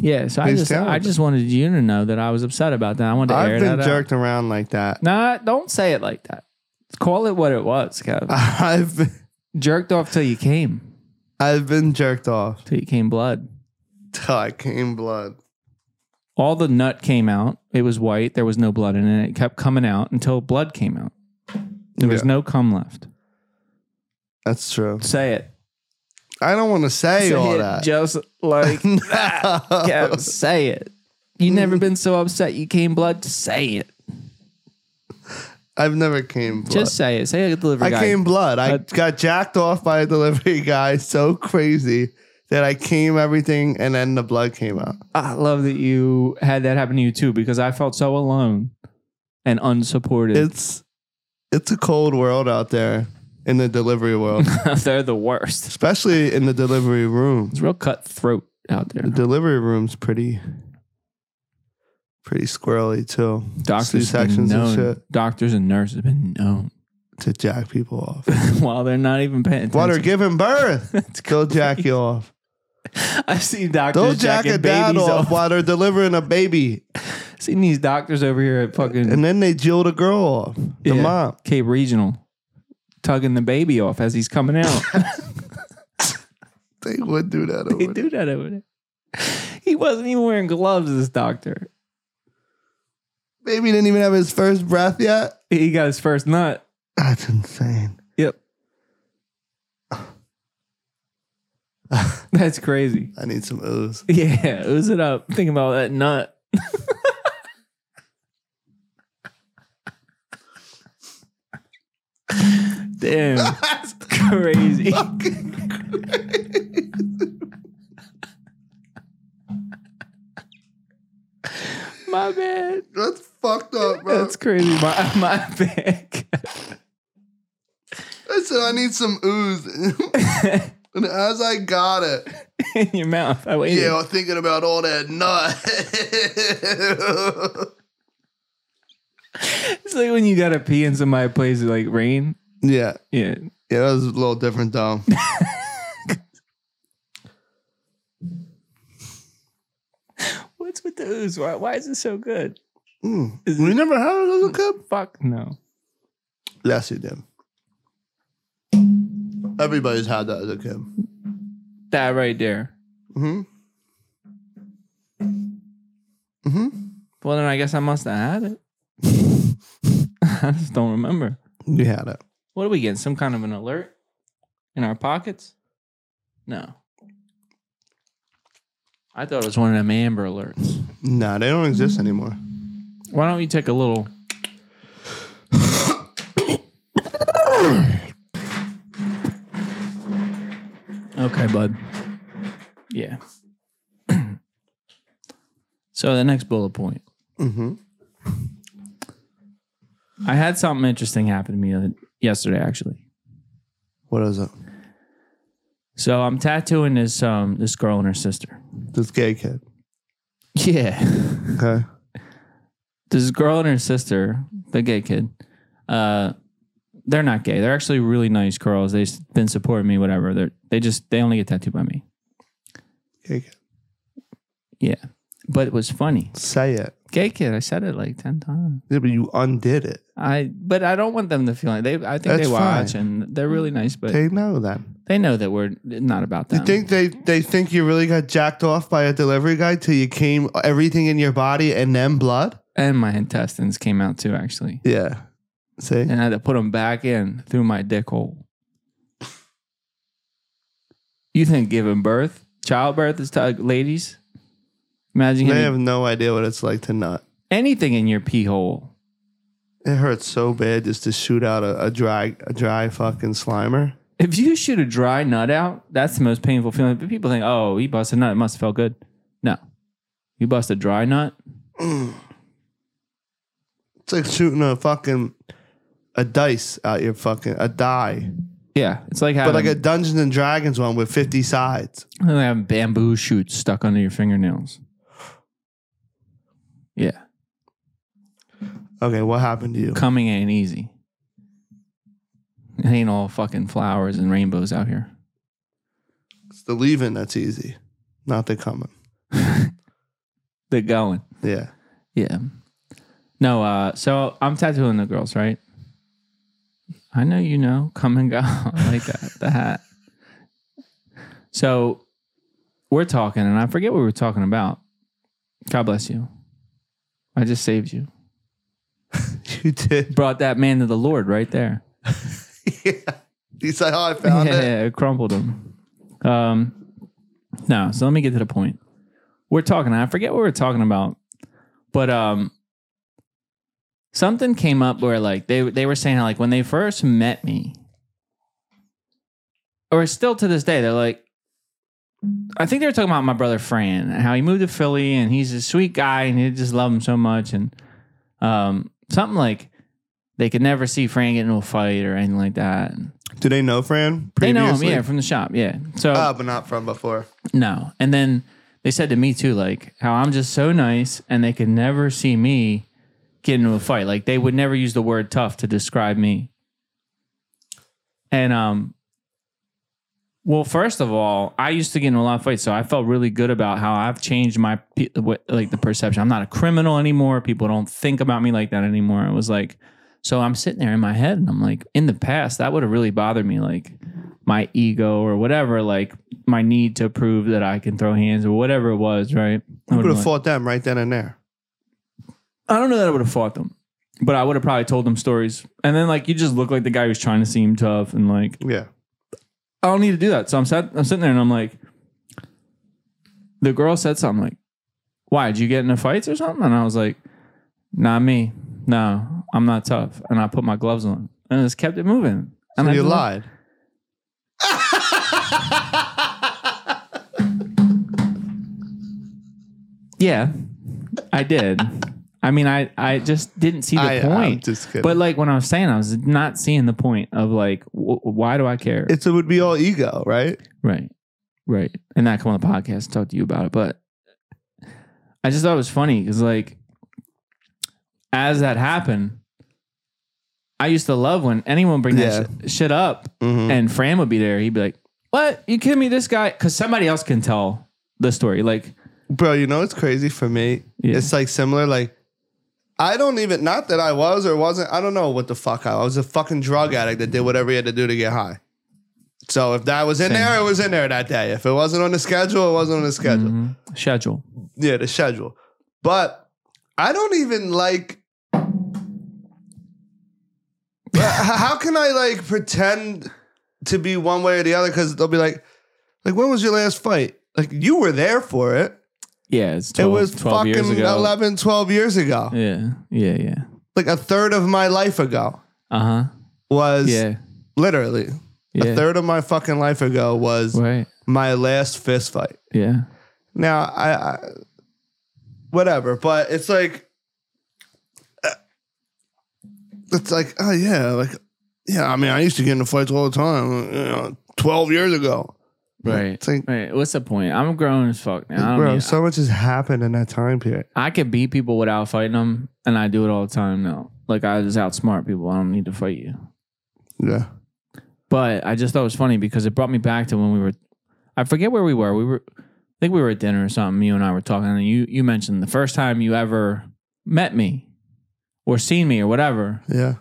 Speaker 3: Yeah, so I
Speaker 5: He's
Speaker 3: just I
Speaker 5: talented.
Speaker 3: just wanted you to know that I was upset about that. I wanted to air
Speaker 5: I've been
Speaker 3: that
Speaker 5: jerked around like that. [laughs]
Speaker 3: out. Nah, don't say it like that. Call it what it was, Kev.
Speaker 5: I've been,
Speaker 3: Jerked off till you came,
Speaker 5: I've been jerked off
Speaker 3: till you came blood.
Speaker 5: [laughs] till I came blood.
Speaker 3: All the nut came out. It was white. There was no blood in it. It kept coming out until blood came out. There was
Speaker 5: Yeah.
Speaker 3: no cum left.
Speaker 5: That's true.
Speaker 3: Say it.
Speaker 5: I don't want to say,
Speaker 3: Say
Speaker 5: all
Speaker 3: it [laughs]
Speaker 5: that.
Speaker 3: Just like [laughs]
Speaker 5: [laughs] No.
Speaker 3: Kev, say it. You never been so upset you came blood. Say it.
Speaker 5: I've never came blood.
Speaker 3: Just say it. Say a delivery
Speaker 5: I
Speaker 3: guy.
Speaker 5: came blood. I
Speaker 3: Uh,
Speaker 5: got jacked off by a delivery [laughs] guy so crazy that I came everything and then the blood came out.
Speaker 3: I love that you had that happen to you too because I felt so alone and unsupported.
Speaker 5: It's it's a cold world out there in the delivery
Speaker 3: [laughs]
Speaker 5: world,
Speaker 3: They're the worst.
Speaker 5: especially in the delivery room.
Speaker 3: It's real cutthroat out there.
Speaker 5: The delivery room's pretty pretty squirrely too
Speaker 3: Doctors have been
Speaker 5: C-sections and
Speaker 3: known.
Speaker 5: shit.
Speaker 3: Doctors and nurses have been known [laughs]
Speaker 5: to jack people off.
Speaker 3: while they're not even paying attention.
Speaker 5: While they're
Speaker 3: [laughs]
Speaker 5: giving birth,
Speaker 3: It's
Speaker 5: they'll jack you off.
Speaker 3: [laughs] I've seen doctors
Speaker 5: They'll jack
Speaker 3: jacking
Speaker 5: a dad
Speaker 3: babies
Speaker 5: off
Speaker 3: off.
Speaker 5: while they're delivering a baby,
Speaker 3: [laughs] I've seen these doctors over here at fucking
Speaker 5: and then they jill the girl off, the
Speaker 3: yeah,
Speaker 5: mom.
Speaker 3: Cape Regional, tugging the baby off as he's coming out.
Speaker 5: They would do
Speaker 3: [laughs]
Speaker 5: that.
Speaker 3: they
Speaker 5: Over there.
Speaker 3: do that over there. He wasn't even wearing gloves. This doctor.
Speaker 5: Baby didn't even have his first breath yet.
Speaker 3: He got his first nut.
Speaker 5: That's insane.
Speaker 3: Yep. That's crazy.
Speaker 5: I need some
Speaker 3: [laughs]
Speaker 5: ooze.
Speaker 3: Yeah, ooze it up. Think about that nut. Damn, [laughs]
Speaker 5: That's
Speaker 3: crazy.
Speaker 5: fucking crazy.
Speaker 3: My bad.
Speaker 5: That's fucked up, bro.
Speaker 3: That's crazy. My my bad. [laughs]
Speaker 5: I said I need some
Speaker 3: [laughs]
Speaker 5: ooze, and as I got it,
Speaker 3: [laughs] In your mouth. I waited.
Speaker 5: yeah, I'm thinking about all
Speaker 3: [laughs]
Speaker 5: that nut.
Speaker 3: It's like when you gotta pee and somebody plays like rain.
Speaker 5: yeah,
Speaker 3: Yeah.
Speaker 5: yeah, that was a little
Speaker 3: [laughs]
Speaker 5: different, though.
Speaker 3: What's with the ooze? Why, why is it so good?
Speaker 5: Mm. We never had it as a cup.
Speaker 3: Fuck no.
Speaker 5: Yes, you did. Everybody's had that as a kid.
Speaker 3: That right there.
Speaker 5: Mm-hmm. Mm-hmm.
Speaker 3: Well, then I guess I must have had it. [laughs] I just don't remember.
Speaker 5: You had it.
Speaker 3: What are we getting? Some kind of an alert in our pockets? No. I thought it was one of them Amber alerts.
Speaker 5: Nah, they don't exist anymore.
Speaker 3: Why don't you take a little? okay, bud. Yeah. [clears throat] so the next bullet point.
Speaker 5: Mm-hmm.
Speaker 3: I had something interesting happen to me the- yesterday, actually.
Speaker 5: What is it?
Speaker 3: So I'm tattooing this um this girl and her sister.
Speaker 5: This gay kid.
Speaker 3: Yeah. [laughs]
Speaker 5: Okay.
Speaker 3: This girl and her sister, the gay kid, uh, they're not gay. They're actually really nice girls. They've been supporting me, whatever. They're they just they only get tattooed by me.
Speaker 5: Gay kid.
Speaker 3: Yeah. But it was funny.
Speaker 5: Say it.
Speaker 3: gay kid. I said it like ten times.
Speaker 5: Yeah, but you undid it.
Speaker 3: I but I don't want them to feel like they. I think
Speaker 5: That's
Speaker 3: they watch
Speaker 5: fine.
Speaker 3: and they're really nice, but
Speaker 5: They know that.
Speaker 3: they know that we're not about
Speaker 5: You
Speaker 3: them.
Speaker 5: think they, they think you really got jacked off by a delivery guy till you came everything in your body and then blood?
Speaker 3: and my intestines came out too, actually,
Speaker 5: Yeah. See?
Speaker 3: and I had to put them back in through my dick hole. You think giving birth, childbirth, is to ladies? Imagine
Speaker 5: They
Speaker 3: getting
Speaker 5: have no idea what it's like to nut.
Speaker 3: anything in your pee hole.
Speaker 5: It hurts so bad just to shoot out a, a dry a dry fucking slimer.
Speaker 3: If you shoot a dry nut out, that's the most painful feeling. But people think, oh, he busted a nut. It must have felt good. No. You bust a dry nut,
Speaker 5: It's like shooting a fucking a dice out your fucking a die.
Speaker 3: Yeah, it's like having,
Speaker 5: But like a Dungeons and Dragons one with 50 sides.
Speaker 3: like having bamboo shoots stuck under your fingernails. Yeah,
Speaker 5: Okay, what happened to you?
Speaker 3: coming ain't easy. It ain't all fucking flowers and rainbows out here.
Speaker 5: It's the leaving that's easy, not the coming.
Speaker 3: They're going.
Speaker 5: Yeah. [laughs]
Speaker 3: Yeah. No, uh, so I'm tattooing the girls, right? I know you know. Come and go. [laughs] I like that. The hat. So we're talking, and I forget what we were talking about. God bless you. I just saved you.
Speaker 5: You did.
Speaker 3: Brought that man to the Lord right there.
Speaker 5: yeah. You say, oh, I found
Speaker 3: yeah,
Speaker 5: it.
Speaker 3: it crumpled him. Um, no, so let me get to the point. We're talking. I forget what we are talking about, but um, something came up where like they they were saying how, like when they first met me, or still to this day, they're like, I think they were talking about my brother Fran and how he moved to Philly and he's a sweet guy and he just loved him so much and um, something like they could never see Fran get into a fight or anything like that. And,
Speaker 5: Do they know Fran?
Speaker 3: they know him,
Speaker 5: previously?
Speaker 3: yeah, Oh. from the shop, yeah. So
Speaker 5: Ah, but not from before.
Speaker 3: no, and then they said to me too, like how I'm just so nice, and they could never see me get into a fight. Like they would never use the word tough to describe me. And um, well, first of all, I used to get into a lot of fights, so I felt really good about how I've changed my pe- what- like the perception. I'm not a criminal anymore. People don't think about me like that anymore. It was like. So I'm sitting there in my head and I'm like, in the past, that would have really bothered me. Like, my ego or whatever, like my need to prove that I can throw hands or whatever it was, right? I,
Speaker 5: You would
Speaker 3: would've
Speaker 5: have
Speaker 3: been
Speaker 5: fought them right then and there.
Speaker 3: like- I don't know that I would have fought them, but I would have probably told them stories. And then like you just look like the guy who's trying to seem tough and like
Speaker 5: Yeah.
Speaker 3: I don't need to do that. So I'm sat, I'm sitting there and I'm like, the girl said something like, "Why did you get into fights or something?" And I was like, "Not me. No, I'm not tough." And I put my gloves on and I just kept it moving. And
Speaker 5: And
Speaker 3: I
Speaker 5: you
Speaker 3: just-
Speaker 5: lied.
Speaker 3: Yeah, I did. I mean, I, I just didn't see the
Speaker 5: I, am
Speaker 3: point.
Speaker 5: just kidding.
Speaker 3: But like when I was saying, I was not seeing the point of like, w- why do I care?
Speaker 5: it's, it would be all ego, right?
Speaker 3: right, right, and not come on the podcast and talk to you about it. But I just thought it was funny because like, as that happened, I used to love when anyone bring that sh- shit up,
Speaker 5: Mm-hmm.
Speaker 3: and Fran would be there. He'd be like, "What? You kidding me? This guy?" Because somebody else can tell the story. Like,
Speaker 5: Bro, you know what's crazy for me?
Speaker 3: Yeah.
Speaker 5: It's like similar. Like, I don't even, not that I was or wasn't, I don't know what the fuck I was. I was a fucking drug addict that did whatever he had to do to get high. So if that was in
Speaker 3: Same.
Speaker 5: there, it was in there that day. If it wasn't on the schedule, it wasn't on the schedule.
Speaker 3: mhm, schedule.
Speaker 5: Yeah, the schedule. But I don't even like. H- How can I like pretend to be one way or the other? Because they'll be like, like when was your last fight? Like you were there for it.
Speaker 3: Yeah, it's 12,
Speaker 5: it was
Speaker 3: 12 years
Speaker 5: fucking
Speaker 3: ago.
Speaker 5: 11, 12 years ago.
Speaker 3: Yeah, yeah, yeah.
Speaker 5: Like a third of my life ago
Speaker 3: Uh huh.
Speaker 5: was
Speaker 3: Yeah.
Speaker 5: literally
Speaker 3: Yeah.
Speaker 5: a third of my fucking life ago was
Speaker 3: Right.
Speaker 5: my last fist fight.
Speaker 3: Yeah.
Speaker 5: Now I, I whatever, but it's like uh, it's like oh yeah, like yeah. I mean, I used to get into fights all the time. You know, Twelve years ago,
Speaker 3: Right.
Speaker 5: It's like,
Speaker 3: Right. What's the point? I'm grown as fuck now. I, don't
Speaker 5: bro,
Speaker 3: need-
Speaker 5: so much has happened in that time period.
Speaker 3: I could beat people without fighting them, and I do it all the time now. Like I just outsmart people. I don't need to fight you.
Speaker 5: Yeah,
Speaker 3: But I just thought it was funny because it brought me back to when we were. I forget where we were. We were. I think we were at dinner or something. You and I were talking, and you you mentioned the first time you ever met me or seen me or whatever
Speaker 5: Yeah.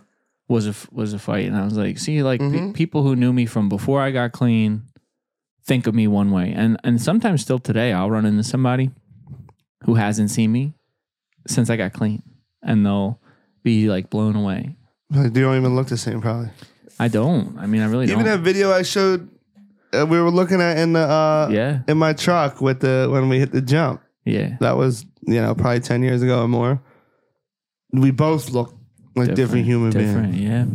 Speaker 3: was a was a fight, and I was like, see, like pe-
Speaker 5: Mhm.
Speaker 3: people who knew me from before I got clean think of me one way, and and sometimes still today I'll run into somebody who hasn't seen me since I got clean, and they'll be like blown away.
Speaker 5: Like, They don't even look the same, probably.
Speaker 3: I don't. I mean, I really
Speaker 5: Even that
Speaker 3: don't.
Speaker 5: video I showed, uh, we were looking at in the uh,
Speaker 3: yeah,
Speaker 5: in my truck with the when we hit the jump.
Speaker 3: yeah,
Speaker 5: That was you know probably ten years ago or more. We both look like different, human
Speaker 3: different,
Speaker 5: beings.
Speaker 3: Yeah,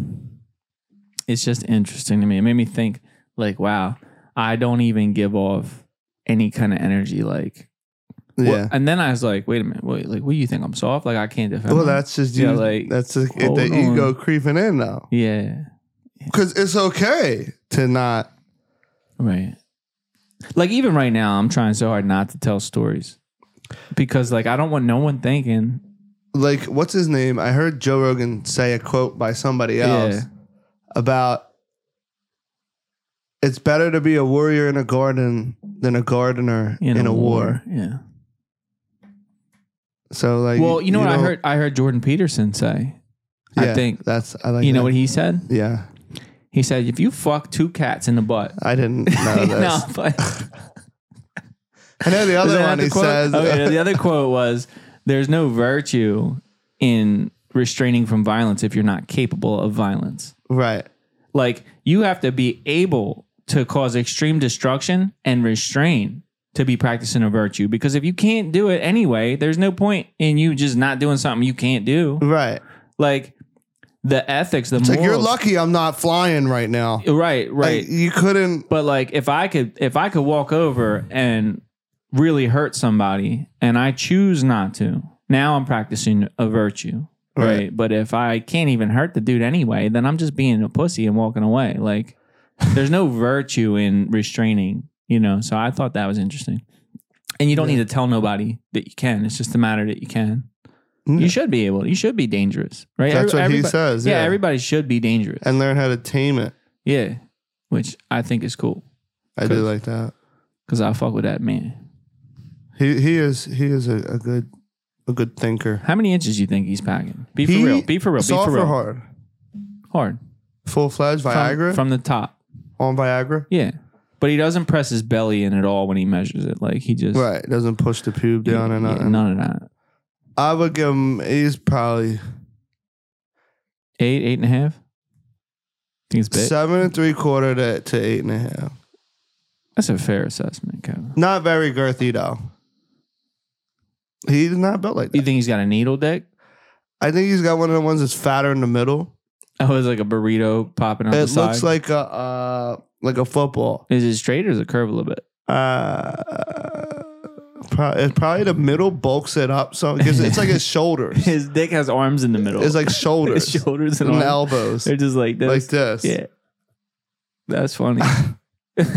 Speaker 3: it's just interesting to me. It made me think, like, wow, I don't even give off any kind of energy, like. Well,
Speaker 5: Yeah.
Speaker 3: and then I was like, wait a minute, wait, like, what do you think? I'm soft? Like, I can't defend.
Speaker 5: Well,
Speaker 3: myself?
Speaker 5: that's just you.
Speaker 3: Yeah, like,
Speaker 5: that's just, it,
Speaker 3: hold
Speaker 5: the
Speaker 3: on.
Speaker 5: ego creeping in though,
Speaker 3: Yeah.
Speaker 5: because it's okay to not.
Speaker 3: Right. Like even right now, I'm trying so hard not to tell stories because like I don't want no one thinking.
Speaker 5: like what's his name? I heard Joe Rogan say a quote by somebody else
Speaker 3: Yeah.
Speaker 5: about it's better to be a warrior in a garden than a gardener in, a, war.
Speaker 3: Yeah.
Speaker 5: So like
Speaker 3: Well, you know what I
Speaker 5: don't-
Speaker 3: heard? I heard Jordan Peterson say.
Speaker 5: yeah,
Speaker 3: I think
Speaker 5: that's I like
Speaker 3: you know
Speaker 5: that.
Speaker 3: what he said.
Speaker 5: Yeah.
Speaker 3: He said, "If you fuck two cats in the butt." [laughs]
Speaker 5: I didn't know this.
Speaker 3: no,
Speaker 5: [laughs]
Speaker 3: but [laughs]
Speaker 5: I know the
Speaker 3: Is
Speaker 5: other
Speaker 3: that
Speaker 5: one
Speaker 3: the
Speaker 5: he
Speaker 3: quote?
Speaker 5: says
Speaker 3: Okay, the other quote was, "There's no virtue in restraining from violence if you're not capable of violence."
Speaker 5: [laughs] Right.
Speaker 3: Like you have to be able to cause extreme destruction and restrain to be practicing a virtue. Because if you can't do it anyway, there's no point in you just not doing something you can't do.
Speaker 5: Right.
Speaker 3: Like the ethics, the
Speaker 5: It's
Speaker 3: morals.
Speaker 5: like you're lucky I'm not flying right now.
Speaker 3: Right, right.
Speaker 5: Like, you couldn't
Speaker 3: but like if I could if I could walk over and really hurt somebody and I choose not to, now I'm practicing a virtue. Right.
Speaker 5: Right.
Speaker 3: But if I can't even hurt the dude anyway, then I'm just being a pussy and walking away. Like there's
Speaker 5: [laughs]
Speaker 3: no virtue in restraining, you know. So I thought that was interesting. And you don't need to tell nobody that you can. It's just a matter that you can.
Speaker 5: Yeah.
Speaker 3: You should be able. You should be dangerous, right?
Speaker 5: That's
Speaker 3: Every-
Speaker 5: what he
Speaker 3: everybody-
Speaker 5: says.
Speaker 3: Yeah,
Speaker 5: Yeah.
Speaker 3: everybody should be dangerous.
Speaker 5: and learn how to tame it.
Speaker 3: yeah, which I think is cool
Speaker 5: I do
Speaker 3: Cause-
Speaker 5: like that.
Speaker 3: because I fuck with that man.
Speaker 5: He he is he is a, a good a good thinker.
Speaker 3: How many inches do you think he's packing? Be for
Speaker 5: He-
Speaker 3: real. Be for real. Be
Speaker 5: Soft
Speaker 3: for
Speaker 5: or
Speaker 3: real. Hard.
Speaker 5: hard? Full fledged
Speaker 3: From,
Speaker 5: Viagra
Speaker 3: from the top.
Speaker 5: on Viagra.
Speaker 3: Yeah. But he doesn't press his belly in at all when he measures it. Like he just
Speaker 5: Right, doesn't push the pube
Speaker 3: Yeah,
Speaker 5: down or
Speaker 3: yeah,
Speaker 5: nothing.
Speaker 3: none of that.
Speaker 5: I would give him. He's probably
Speaker 3: Eight, eight and a half. think it's big.
Speaker 5: seven and three quarter to, to eight and a half.
Speaker 3: That's a fair assessment, Kevin.
Speaker 5: Not very girthy though. He's not built like
Speaker 3: You
Speaker 5: that.
Speaker 3: think he's got a needle dick?
Speaker 5: I think he's got one of the ones that's fatter in the middle.
Speaker 3: Oh, it's like a burrito popping out
Speaker 5: it
Speaker 3: the
Speaker 5: looks
Speaker 3: side.
Speaker 5: like a uh, like a football.
Speaker 3: Is it straight or is it curved a little bit? [laughs]
Speaker 5: Uh, pro- it's probably the middle bulks it up, so it gives, it's
Speaker 3: [laughs]
Speaker 5: like his shoulders.
Speaker 3: His dick has arms in the middle.
Speaker 5: It's like
Speaker 3: [laughs] His
Speaker 5: shoulders,
Speaker 3: shoulders and,
Speaker 5: and
Speaker 3: arms.
Speaker 5: elbows,
Speaker 3: They're just like this.
Speaker 5: like this.
Speaker 3: Yeah. That's funny.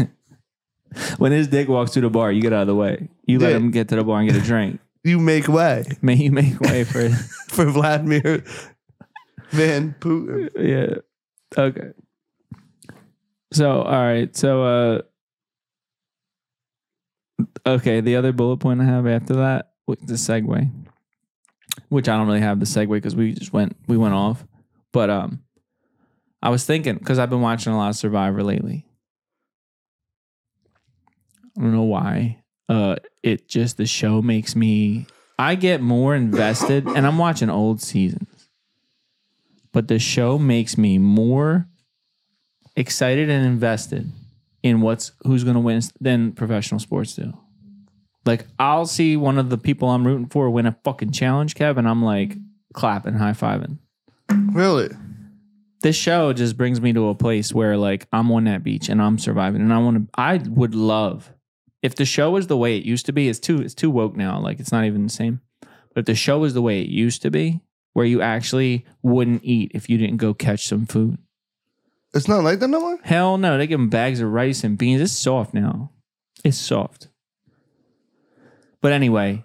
Speaker 3: [laughs] when his dick walks through the bar, you get out of the way. You let
Speaker 5: Yeah.
Speaker 3: him get to the bar and get a drink.
Speaker 5: You make way. [laughs]
Speaker 3: May you make way for it.
Speaker 5: for Vladimir Van Putin.
Speaker 3: yeah. Okay. So, all right. So, uh, okay. The other bullet point I have after that, w- the segue, which I don't really have the segue because we just went, we went off. But, um, I was thinking because I've been watching a lot of Survivor lately. I don't know why. Uh, it just, the show makes me, I get more invested and I'm watching old seasons but the show makes me more excited and invested in what's who's going to win than professional sports do. Like I'll see one of the people I'm rooting for win a fucking challenge, Kev, and I'm like clapping, high fiving.
Speaker 5: Really?
Speaker 3: This show just brings me to a place where like I'm on that beach and I'm surviving, and I want to. I would love if the show was the way it used to be. It's too it's too woke now. Like it's not even the same. But if the show was the way it used to be, where you actually wouldn't eat if you didn't go catch some food.
Speaker 5: It's not like that no more?
Speaker 3: Hell no, they give them bags of rice and beans. It's soft now. It's soft. But anyway,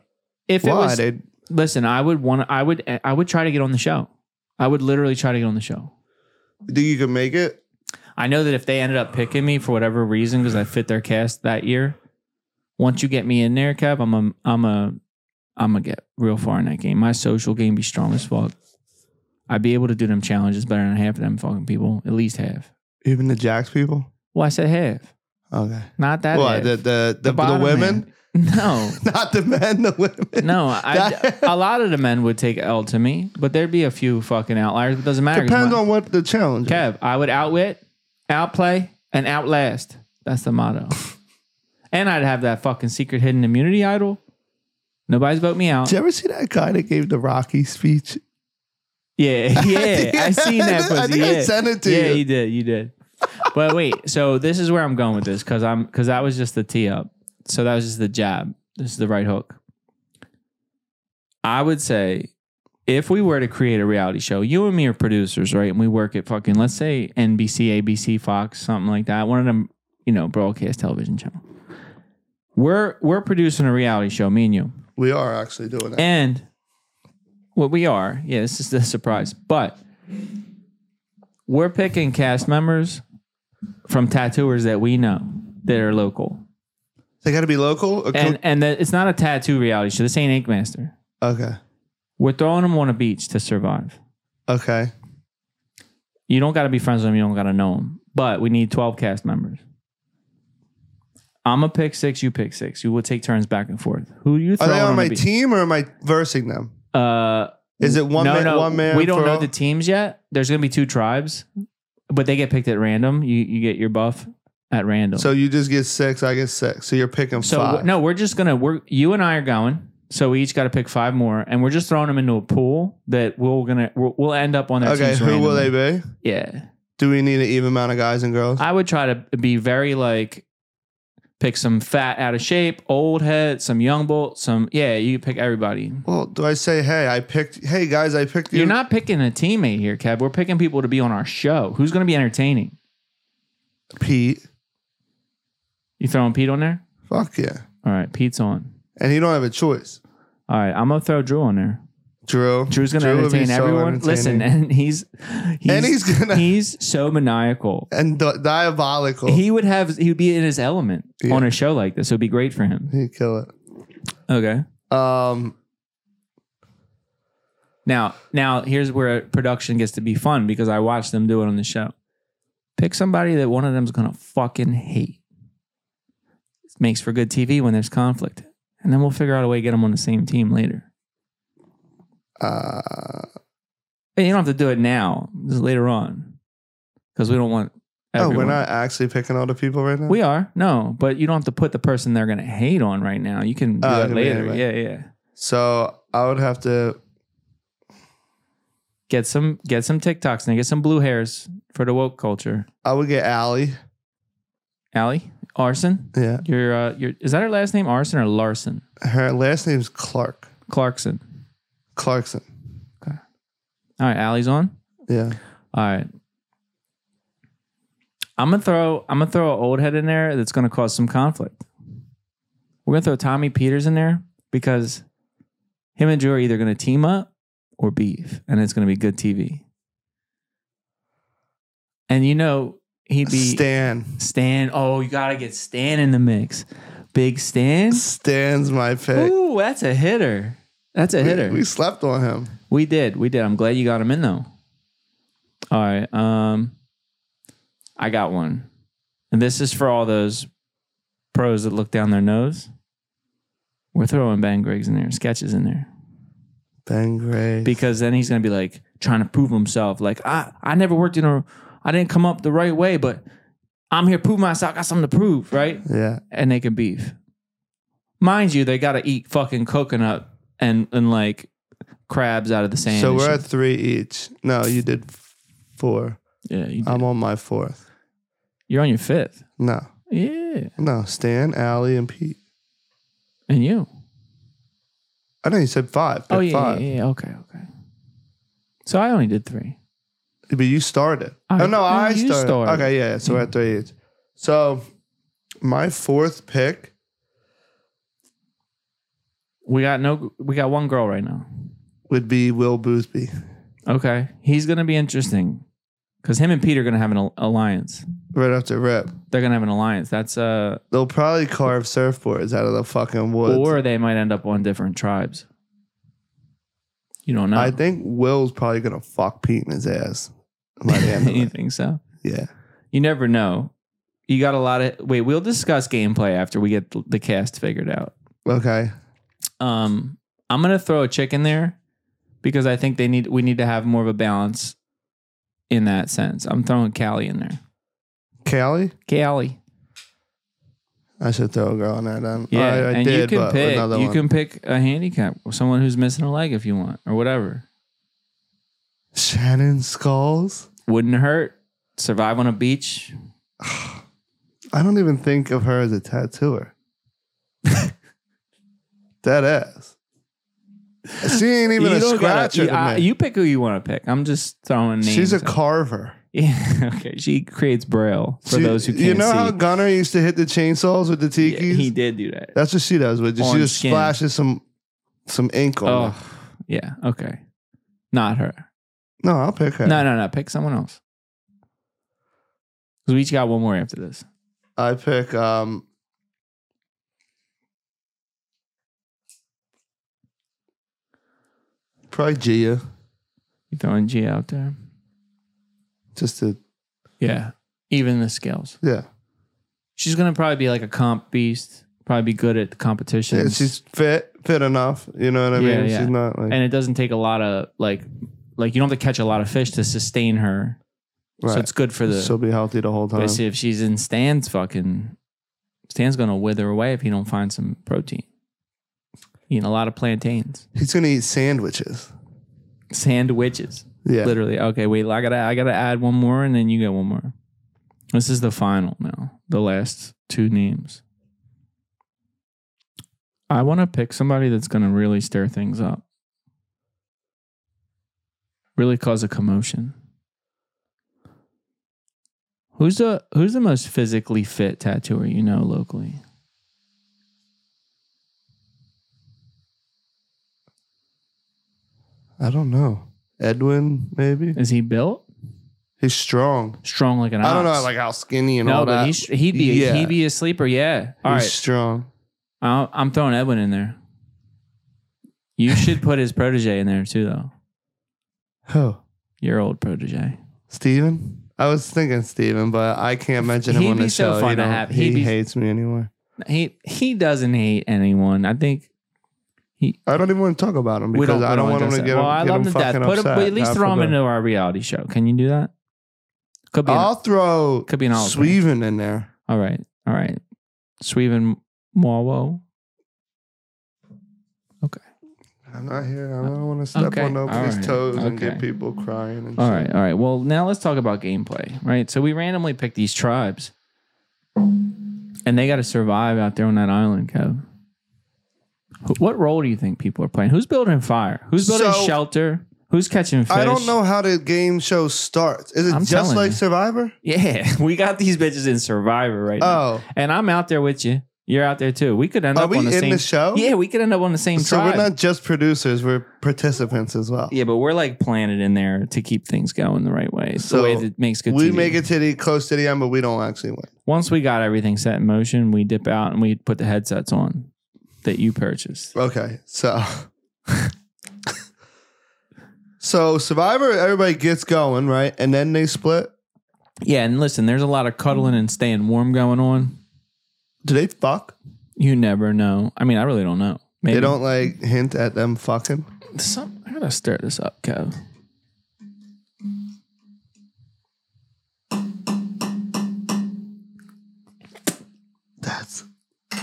Speaker 3: if it
Speaker 5: Why?
Speaker 3: was
Speaker 5: they,
Speaker 3: listen, I would want I would I would try to get on the show. I would literally try to get on the show.
Speaker 5: do you can make it?
Speaker 3: I know that if they ended up picking me for whatever reason because I fit their cast that year, once you get me in there, Kev, I'm a I'm a I'm gonna get real far in that game. My social game be strong as fuck. I'd be able to do them challenges better than half of them fucking people. At least half.
Speaker 5: Even the Jacks people.
Speaker 3: Well, I said half,
Speaker 5: Okay.
Speaker 3: not that. half.
Speaker 5: What the the the, the,
Speaker 3: bottom
Speaker 5: women?
Speaker 3: half. No,
Speaker 5: [laughs] Not the men. The women.
Speaker 3: no. I,
Speaker 5: [laughs] That-
Speaker 3: a lot of the men would take L to me, but there'd be a few fucking outliers. It doesn't matter. 'cause
Speaker 5: Depends
Speaker 3: my-
Speaker 5: on what the challenge. is.
Speaker 3: Kev, I would outwit, outplay, and outlast. That's the
Speaker 5: [laughs]
Speaker 3: motto. and I'd have that fucking secret hidden immunity idol. Nobody's vote me out.
Speaker 5: Did you ever see that guy that gave the Rocky speech? [laughs]
Speaker 3: Yeah, yeah. I seen that.
Speaker 5: I
Speaker 3: Pussy.
Speaker 5: think I
Speaker 3: yeah.
Speaker 5: sent it to
Speaker 3: yeah,
Speaker 5: you.
Speaker 3: you did. You did. But wait, so this is where I'm going with this because I'm because that was just the tee up. So that was just the jab. This is the right hook. I would say if we were to create a reality show, you and me are producers, right? And we work at fucking let's say NBC, ABC, Fox, something like that. One of them, you know, broadcast television channel. We're we're producing a reality show, me and you.
Speaker 5: We are actually doing that.
Speaker 3: And well, we are. Yeah, this is the surprise. But we're picking cast members from tattooers that we know that are local.
Speaker 5: They got to be local. Or
Speaker 3: And and that it's not a tattoo reality show. This ain't Ink Master.
Speaker 5: okay.
Speaker 3: We're throwing them on a beach to survive.
Speaker 5: Okay.
Speaker 3: You don't got to be friends with them. You don't got to know them. But we need 12 cast members. I'm a pick six. You pick six. You will take turns back and forth. Who you
Speaker 5: Are
Speaker 3: throwing
Speaker 5: they on my
Speaker 3: the beach?
Speaker 5: team or am I versing them?
Speaker 3: Uh,
Speaker 5: Is it one man? One man.
Speaker 3: we don't
Speaker 5: for
Speaker 3: know
Speaker 5: all?
Speaker 3: the teams yet. There's gonna be two tribes, but they get picked at random. You you get your buff at random.
Speaker 5: So you just get six. I get six. So you're picking
Speaker 3: so
Speaker 5: five.
Speaker 3: w- no, we're just gonna we're you and I are going. So we each got to pick five more, and we're just throwing them into a pool that we're gonna we'll, we'll end up on their
Speaker 5: Okay.
Speaker 3: teams
Speaker 5: Who will they
Speaker 3: randomly.
Speaker 5: be?
Speaker 3: Yeah,
Speaker 5: Do we need an even amount of guys and girls?
Speaker 3: I would try to be very like pick some fat out of shape, old head, some young bull, some yeah. You pick everybody.
Speaker 5: well, do I say, hey, I picked, hey guys, I picked you?
Speaker 3: You're not picking a teammate here, Kev. We're picking people to be on our show. Who's gonna be entertaining?
Speaker 5: Pete.
Speaker 3: You throwing Pete on there?
Speaker 5: Fuck yeah.
Speaker 3: All right, Pete's on.
Speaker 5: And you don't have a choice.
Speaker 3: All right, I'm gonna throw Drew on there.
Speaker 5: Drew.
Speaker 3: Drew's gonna
Speaker 5: Drew would be
Speaker 3: entertain
Speaker 5: so
Speaker 3: everyone.
Speaker 5: entertaining.
Speaker 3: Listen, [laughs] and he's, he's
Speaker 5: And he's gonna-
Speaker 3: he's so maniacal.
Speaker 5: and di- diabolical. He,
Speaker 3: He would have he would be in his element
Speaker 5: Yeah.
Speaker 3: on a show like this. It would be great for him.
Speaker 5: would kill it.
Speaker 3: Okay.
Speaker 5: Um,
Speaker 3: Now, now here's where production gets to be fun because I watched them do it on the show. Pick somebody that one of them's gonna fucking hate. It makes for good TV when there's conflict, and then we'll figure out a way to get them on the same team later.
Speaker 5: uh,
Speaker 3: And you don't have to do it now. Just later on, because we don't want.
Speaker 5: no, Oh, we're
Speaker 3: everyone-
Speaker 5: not actually picking all the people right now.
Speaker 3: We are no, but you don't have to put the person they're going to hate on right now. You can do
Speaker 5: Oh, it
Speaker 3: that
Speaker 5: can be
Speaker 3: later.
Speaker 5: anybody.
Speaker 3: Yeah, yeah.
Speaker 5: so I would have to.
Speaker 3: Get some, get some TikToks and get some blue hairs for the woke culture.
Speaker 5: I would get Allie.
Speaker 3: Allie Arson.
Speaker 5: Yeah,
Speaker 3: Your, uh, your is that her last name Arson or Larson
Speaker 5: her last name's Clark.
Speaker 3: Clarkson?
Speaker 5: Clarkson.
Speaker 3: All right, Allie's on.
Speaker 5: Yeah.
Speaker 3: All right. I'm gonna throw I'm gonna throw an old head in there that's gonna cause some conflict. We're gonna throw Tommy Peters in there because him and Drew are either gonna team up or beef, and it's gonna be good TV. And you know he'd be
Speaker 5: Stan.
Speaker 3: Stan. Oh, you gotta get Stan in the mix. Big Stan.
Speaker 5: Stan's my pick.
Speaker 3: Ooh, that's a hitter. That's a hitter.
Speaker 5: We, we slept on him.
Speaker 3: We did. We did. I'm glad you got him in though. All right. Um I got one. And this is for all those pros that look down their nose. We're throwing Ben Griggs in there, sketches in there.
Speaker 5: Ben Gray.
Speaker 3: Because then he's gonna be like trying to prove himself. Like, I, I never worked in a I didn't come up the right way, but I'm here proving myself. I got something to prove, right?
Speaker 5: yeah.
Speaker 3: and they can beef. Mind you, they got to eat fucking coconut and and like crabs out of the sand.
Speaker 5: So
Speaker 3: and
Speaker 5: we're at
Speaker 3: shit.
Speaker 5: three each. No, you did f- four.
Speaker 3: yeah, you,
Speaker 5: I'm on my fourth.
Speaker 3: you're on your fifth.
Speaker 5: No,
Speaker 3: Yeah,
Speaker 5: no. Stan, Allie, and Pete.
Speaker 3: and you.
Speaker 5: I know you said five. Pick
Speaker 3: oh yeah,
Speaker 5: five.
Speaker 3: yeah, yeah, okay, okay. So I only did three.
Speaker 5: But you started.
Speaker 3: I-
Speaker 5: oh no,
Speaker 3: no,
Speaker 5: I
Speaker 3: you
Speaker 5: started.
Speaker 3: started.
Speaker 5: Okay, yeah. yeah. So we're at three each. So my fourth pick.
Speaker 3: We got no. We got one girl right now.
Speaker 5: Would be Will Boothby.
Speaker 3: Okay, he's gonna be interesting because him and Pete are gonna have an al- alliance.
Speaker 5: right after rip.
Speaker 3: They're gonna have an alliance. That's uh,
Speaker 5: They'll probably carve surfboards out of the fucking woods.
Speaker 3: or they might end up on different tribes. You don't know.
Speaker 5: I think Will's probably gonna fuck Pete in his ass. By
Speaker 3: [laughs]
Speaker 5: the end of
Speaker 3: you
Speaker 5: it.
Speaker 3: think so?
Speaker 5: Yeah.
Speaker 3: You never know. You got a lot of wait. We'll discuss gameplay after we get the cast figured out.
Speaker 5: Okay.
Speaker 3: Um, I'm gonna throw a chick in there because I think they need we need to have more of a balance in that sense. I'm throwing Callie in there.
Speaker 5: Callie?
Speaker 3: Callie,
Speaker 5: I should throw a girl on that. Then.
Speaker 3: yeah,
Speaker 5: I, I
Speaker 3: Uh, and
Speaker 5: did,
Speaker 3: you can
Speaker 5: but
Speaker 3: pick
Speaker 5: another
Speaker 3: you
Speaker 5: one.
Speaker 3: can pick a handicap, someone who's missing a leg if you want or whatever.
Speaker 5: Shannon Skulls?
Speaker 3: Wouldn't hurt. Survive on a beach.
Speaker 5: I don't even think of her as
Speaker 3: [laughs]
Speaker 5: a tattooer. Dead ass. She ain't even a
Speaker 3: don't gotta-
Speaker 5: scratcher.
Speaker 3: you,
Speaker 5: to
Speaker 3: I-
Speaker 5: me.
Speaker 3: you pick who you want to pick. I'm just throwing names.
Speaker 5: She's a
Speaker 3: out.
Speaker 5: carver.
Speaker 3: [laughs] Yeah, okay. She creates braille for
Speaker 5: She-
Speaker 3: those who can't
Speaker 5: you know
Speaker 3: see.
Speaker 5: how Gunner used to hit the chainsaws with the
Speaker 3: Yeah,
Speaker 5: tikis.
Speaker 3: he did do that.
Speaker 5: That's what she does. With it.
Speaker 3: On
Speaker 5: she just
Speaker 3: skin.
Speaker 5: splashes some some ink on. it.
Speaker 3: Oh, yeah. Okay. Not her.
Speaker 5: No, I'll pick her.
Speaker 3: No, no, no. Pick someone else. 'Cause we each got one more after this.
Speaker 5: I pick um probably Gia
Speaker 3: You throwing G out there?
Speaker 5: just to
Speaker 3: Yeah. Even the scales.
Speaker 5: yeah.
Speaker 3: She's gonna probably be like a comp beast. Probably be good at the
Speaker 5: yeah.
Speaker 3: competitions.
Speaker 5: She's fit, fit enough. You know what I
Speaker 3: Yeah,
Speaker 5: mean?
Speaker 3: yeah.
Speaker 5: She's not like
Speaker 3: and it doesn't take a lot of like, like you don't have to catch a lot of fish to sustain her.
Speaker 5: right. uh,
Speaker 3: So it's good for the
Speaker 5: She'll be healthy the whole time.
Speaker 3: But see if she's in Stan's fucking Stan's gonna wither away if he don't find some protein. Eating a lot of plantains.
Speaker 5: He's gonna eat sandwiches.
Speaker 3: Sandwiches.
Speaker 5: Yeah.
Speaker 3: Literally. Okay, wait, I gotta I gotta add one more and then you get one more. This is the final now. The last two names. I wanna pick somebody that's gonna really stir things up. Really cause a commotion. Who's the who's the most physically fit tattooer you know locally?
Speaker 5: I don't know. Edwin, maybe?
Speaker 3: Is he built?
Speaker 5: He's strong.
Speaker 3: Strong like an ox.
Speaker 5: I don't know like how skinny and
Speaker 3: no,
Speaker 5: all
Speaker 3: but
Speaker 5: that.
Speaker 3: he sh- he'd be
Speaker 5: Yeah.
Speaker 3: he'd be a sleeper. Yeah. All
Speaker 5: He's
Speaker 3: right.
Speaker 5: strong.
Speaker 3: I'll, I'm throwing Edwin in there.
Speaker 5: [laughs]
Speaker 3: You should put his protege in there too, though.
Speaker 5: Oh.
Speaker 3: Your old protege.
Speaker 5: Steven? I was thinking Steven, but I can't mention him
Speaker 3: He'd
Speaker 5: on
Speaker 3: be
Speaker 5: the
Speaker 3: so
Speaker 5: show.
Speaker 3: fun
Speaker 5: he
Speaker 3: to
Speaker 5: don't-
Speaker 3: have.
Speaker 5: he
Speaker 3: He'd be-
Speaker 5: hates me anymore.
Speaker 3: He he doesn't hate anyone. I think
Speaker 5: I don't even want to talk about him
Speaker 3: we
Speaker 5: because
Speaker 3: don't.
Speaker 5: I
Speaker 3: we
Speaker 5: don't want him
Speaker 3: address
Speaker 5: to
Speaker 3: that.
Speaker 5: get,
Speaker 3: well, I
Speaker 5: him, get
Speaker 3: love
Speaker 5: him
Speaker 3: him to death.
Speaker 5: fucking
Speaker 3: Put him,
Speaker 5: upset.
Speaker 3: but at least
Speaker 5: I
Speaker 3: throw him
Speaker 5: feel
Speaker 3: into
Speaker 5: bad.
Speaker 3: our reality show. Can you do that? Could be. an-
Speaker 5: I'll throw
Speaker 3: Could be an olive branch.
Speaker 5: Sweven in there.
Speaker 3: all right. All right. Sweven Mwawo.
Speaker 5: I'm not here. I don't want to step
Speaker 3: Okay.
Speaker 5: on nobody's
Speaker 3: All right.
Speaker 5: toes and
Speaker 3: Okay.
Speaker 5: get people crying. And
Speaker 3: All
Speaker 5: shit.
Speaker 3: right. All right. Well, now let's talk about gameplay. Right. So we randomly picked these tribes, and they got to survive out there on that island, Kev. Wh- What role do you think people are playing? Who's building fire? Who's building
Speaker 5: So-
Speaker 3: shelter? Who's catching fish?
Speaker 5: I don't know how the game show starts. Is it
Speaker 3: I'm
Speaker 5: just
Speaker 3: telling
Speaker 5: like
Speaker 3: you.
Speaker 5: Survivor?
Speaker 3: Yeah, [laughs] we got these bitches in Survivor right now,
Speaker 5: Oh,
Speaker 3: and I'm out there with you. You're out there too. We could end
Speaker 5: are
Speaker 3: up
Speaker 5: we
Speaker 3: on the
Speaker 5: in
Speaker 3: same.
Speaker 5: the show?
Speaker 3: yeah, we could end up on the same
Speaker 5: So
Speaker 3: tribe.
Speaker 5: we're not just producers; we're participants as well.
Speaker 3: yeah, but we're like planted in there to keep things going the right way. It's the
Speaker 5: So
Speaker 3: way that makes good.
Speaker 5: we
Speaker 3: TV.
Speaker 5: make it to the close to the end, but we don't actually win.
Speaker 3: once we got everything set in motion, we dip out and we put the headsets on that you purchased.
Speaker 5: Okay, so [laughs] so Survivor, everybody gets going right, and then they split.
Speaker 3: Yeah, and listen, there's a lot of cuddling and staying warm going on.
Speaker 5: Do they fuck?
Speaker 3: You never know. I mean, I really don't know. Maybe
Speaker 5: They don't like hint at them fucking.
Speaker 3: Some, I gotta stir this up, Kev.
Speaker 5: That's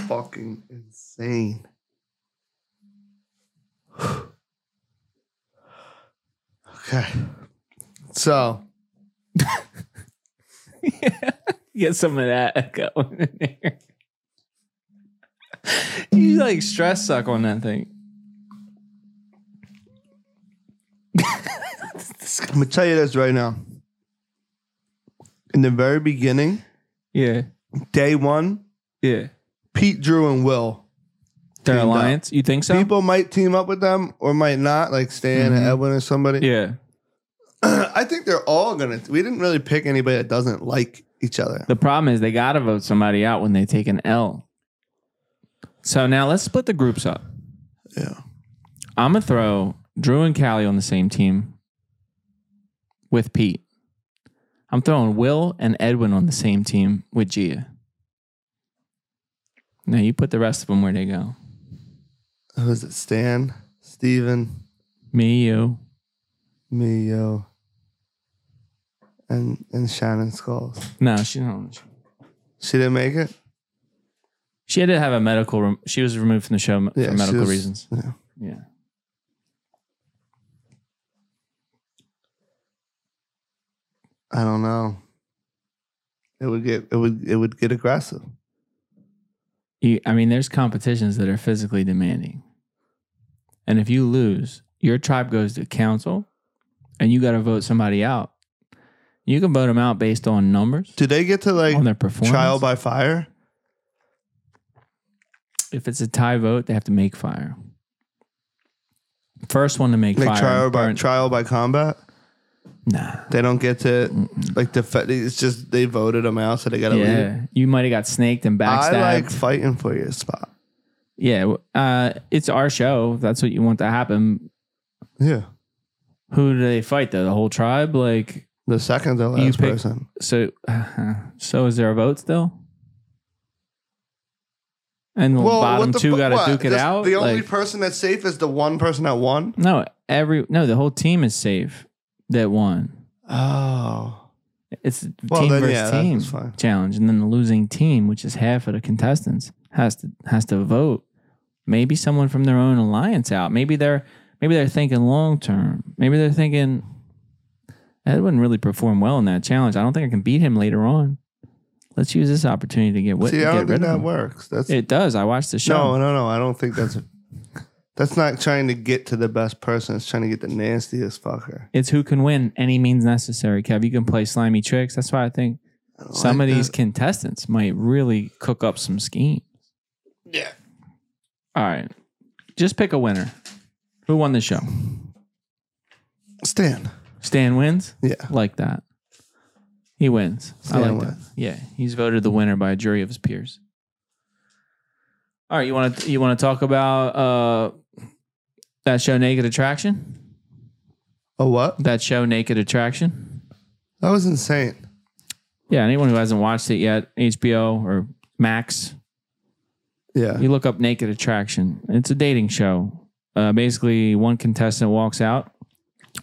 Speaker 5: fucking insane. [sighs] okay, so
Speaker 3: Get some of that going in there. [laughs] you like stress suck on that thing.
Speaker 5: I'm gonna tell you this right now. In the very beginning,
Speaker 3: Yeah,
Speaker 5: day one,
Speaker 3: yeah.
Speaker 5: Pete, Drew, and Will
Speaker 3: Their
Speaker 5: Teamed up.
Speaker 3: alliance, you think so?
Speaker 5: People might team up with them or might not, like Stan and
Speaker 3: Mhm.
Speaker 5: Edwin [clears throat] or somebody.
Speaker 3: yeah,
Speaker 5: I think they're all gonna. We didn't really pick anybody that doesn't like each other.
Speaker 3: The problem is they got to vote somebody out when they take an L. So now let's split the groups up.
Speaker 5: Yeah.
Speaker 3: I'm going to throw Drew and Callie on the same team with Pete. I'm throwing Will and Edwin on the same team with Gia. Now you put the rest of them where they go.
Speaker 5: Who is it? Stan, Steven,
Speaker 3: Me, you.
Speaker 5: me, yo, and and Shannon Skulls.
Speaker 3: No, she don't.
Speaker 5: She didn't make it.
Speaker 3: She had to have a medical. Rem- she was removed from the show m-
Speaker 5: Yeah,
Speaker 3: for
Speaker 5: she
Speaker 3: medical
Speaker 5: was-
Speaker 3: reasons.
Speaker 5: Yeah.
Speaker 3: Yeah.
Speaker 5: I don't know. It would get it would it would get aggressive.
Speaker 3: You, I mean, there's competitions that are physically demanding, and if you lose, your tribe goes to council, and you got to vote somebody out. You can vote them out based on numbers,
Speaker 5: Do they get to like
Speaker 3: on their performance.
Speaker 5: trial by fire?
Speaker 3: if it's a tie vote, they have to make fire. First one to make
Speaker 5: Like
Speaker 3: fire.
Speaker 5: trial by
Speaker 3: burn-
Speaker 5: trial by combat?
Speaker 3: nah.
Speaker 5: They don't get to like the fe- it's just they voted them out, so they got to leave.
Speaker 3: Yeah, you might have got snaked and
Speaker 5: I
Speaker 3: backstabbed.
Speaker 5: like fighting for your spot.
Speaker 3: yeah, w- uh, it's our show. If that's what you want to happen.
Speaker 5: Yeah,
Speaker 3: Who do they fight though? The whole tribe? Like
Speaker 5: the second to last
Speaker 3: pick-
Speaker 5: person.
Speaker 3: so? [laughs] so is there a vote still? And the bottom two got to duke it
Speaker 5: This-
Speaker 3: out.
Speaker 5: The only
Speaker 3: Like,
Speaker 5: person that's safe is the one person that won.
Speaker 3: no, every no, the whole team is safe. That won.
Speaker 5: Oh,
Speaker 3: It's
Speaker 5: Well,
Speaker 3: team
Speaker 5: then,
Speaker 3: versus
Speaker 5: yeah, that
Speaker 3: team
Speaker 5: was fine.
Speaker 3: challenge, and then the losing team, which is half of the contestants, has to has to vote. Maybe someone from their own alliance out. Maybe they're maybe they're thinking long term. Maybe they're thinking Edwin really performed well in that challenge. I don't think I can beat him later on. Let's use this opportunity to get, wit-
Speaker 5: see,
Speaker 3: get
Speaker 5: I don't
Speaker 3: rid
Speaker 5: think
Speaker 3: of
Speaker 5: that
Speaker 3: him.
Speaker 5: works. That's
Speaker 3: It does. I watched the show.
Speaker 5: no, no, no. I don't think that's that's not trying to get to the best person. It's trying to get the nastiest fucker.
Speaker 3: It's who can win any means necessary. Kev, you can play slimy tricks. That's why I think
Speaker 5: I don't
Speaker 3: some
Speaker 5: like
Speaker 3: of these
Speaker 5: that.
Speaker 3: contestants might really cook up some schemes.
Speaker 5: Yeah.
Speaker 3: All right. Just pick a winner. Who won the show?
Speaker 5: Stan.
Speaker 3: Stan wins?
Speaker 5: Yeah.
Speaker 3: Like that. He wins.
Speaker 5: Stan
Speaker 3: I like that.
Speaker 5: wins.
Speaker 3: Yeah. He's voted the winner by a jury of his peers. All right, you want to you want to talk about uh that show Naked Attraction?
Speaker 5: Oh what?
Speaker 3: That show Naked Attraction?
Speaker 5: That was insane.
Speaker 3: Yeah, anyone who hasn't watched it yet, HBO or Max,
Speaker 5: Yeah.
Speaker 3: You look up Naked Attraction. It's a dating show. Uh, basically, one contestant walks out,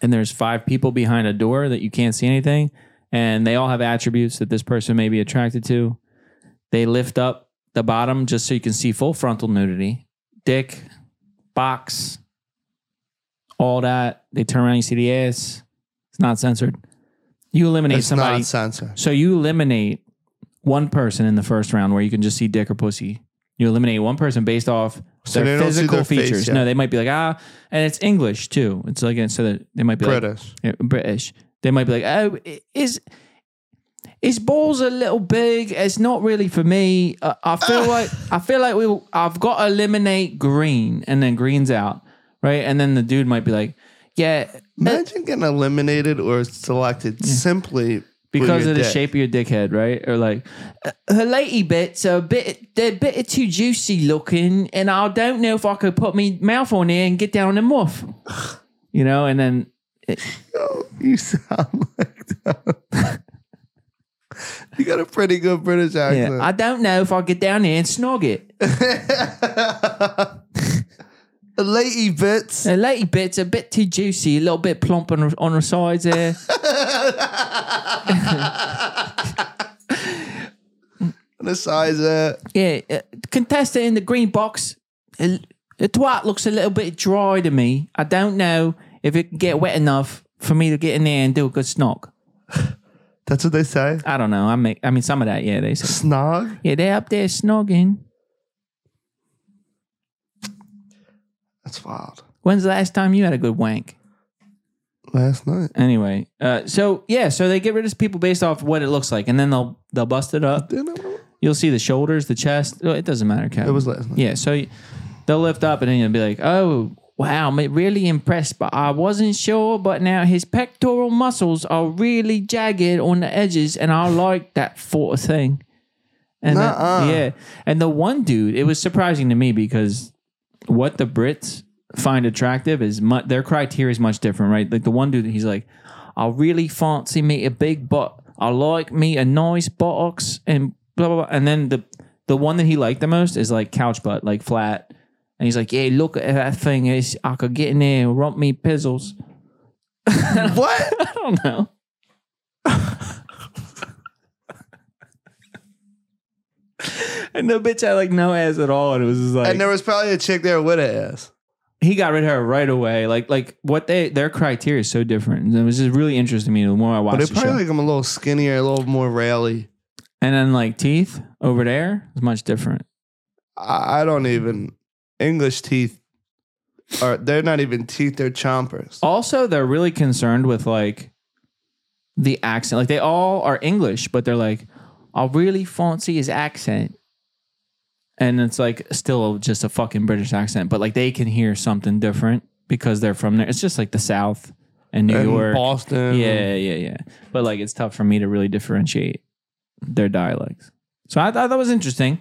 Speaker 3: and there's five people behind a door that you can't see anything, and they all have attributes that this person may be attracted to. They lift up the bottom just so you can see full frontal nudity, dick, box, all that. They turn around, you see the ass. It's not censored. You eliminate
Speaker 5: It's
Speaker 3: somebody.
Speaker 5: not censored.
Speaker 3: So you eliminate one person in the first round where you can just see dick or pussy. You eliminate one person based off
Speaker 5: So
Speaker 3: their
Speaker 5: they don't see
Speaker 3: physical
Speaker 5: their face
Speaker 3: features.
Speaker 5: yet.
Speaker 3: no, they might be like ah, and it's English too. It's like so that they might be like,
Speaker 5: British.
Speaker 3: yeah, British. They might be like oh, i- is his balls a little big. It's not really for me. Uh, I
Speaker 5: Ah.
Speaker 3: feel like I feel like we. I've got to eliminate green, and then green's out, right? And then the dude might be like, yeah,
Speaker 5: Imagine getting eliminated or selected simply for
Speaker 3: because
Speaker 5: your
Speaker 3: of the
Speaker 5: dick.
Speaker 3: shape of your dickhead, right? Or like uh, her lady bits are a bit they're a bit too juicy looking, and I don't know if I could put my mouth on it and get down and muff. You know, and then
Speaker 5: Yo, you sound [laughs] like that. you got a pretty good British
Speaker 3: yeah, I
Speaker 5: accent.
Speaker 3: don't know if I get down there and snog it.
Speaker 5: The lady bits.
Speaker 3: The lady bits are a bit too juicy, a little bit plump on her- on her sides there.
Speaker 5: the size of
Speaker 3: yeah, uh, contestant in the green box, uh, the twat looks a little bit dry to me. I don't know if it can get wet enough for me to get in there and do a good snog.
Speaker 5: That's what they say.
Speaker 3: I don't know. I make. I mean, some of that. Yeah, they say.
Speaker 5: Snog.
Speaker 3: Yeah, they're up there snogging.
Speaker 5: That's wild.
Speaker 3: When's the last time you had a good wank?
Speaker 5: Last night.
Speaker 3: Anyway, uh, so yeah, so they get rid of people based off what it looks like, and then they'll they'll bust it up.
Speaker 5: Didn't I-
Speaker 3: You'll see the shoulders, the chest. Oh, It doesn't matter, Kevin.
Speaker 5: It was last night.
Speaker 3: yeah. So y- they'll lift up, and then you'll be like, oh, Wow, I'm really impressed, but I wasn't sure. But now his pectoral muscles are really jagged on the edges, and I like that sort of thing. And that-
Speaker 5: Nuh-uh.
Speaker 3: yeah, and the one dude, it was surprising to me because what the Brits find attractive is mu- their criteria is much different, right? Like the one dude, he's like, I really fancy me a big butt. I like me a nice buttocks and blah blah. blah. And then the the one that he liked the most is like couch butt, like flat. And he's like, "Yeah, look at that thing. It's, I could get in there and rump me pizzles."
Speaker 5: [laughs]
Speaker 3: [laughs]
Speaker 5: What?
Speaker 3: I don't know. and the bitch had like no ass at all, and it was just like
Speaker 5: and there was probably a chick there with an ass.
Speaker 3: he got rid of her right away. Like like what they their criteria is so different. And it was just really interesting to me the more I
Speaker 5: But
Speaker 3: watched
Speaker 5: it
Speaker 3: the show.
Speaker 5: probably like I'm a little skinnier, a little more rally.
Speaker 3: and then like teeth over there is much different.
Speaker 5: I, I don't even English teeth are they're not even teeth, they're chompers.
Speaker 3: Also, they're really concerned with like the accent. Like they all are English, but they're like, I really fancy his accent. And it's like still just a fucking British accent, but like they can hear something different because they're from there. It's just like the South and New
Speaker 5: And
Speaker 3: York.
Speaker 5: Boston.
Speaker 3: Yeah, yeah, yeah. But like, it's tough for me to really differentiate their dialects. So I thought that was interesting,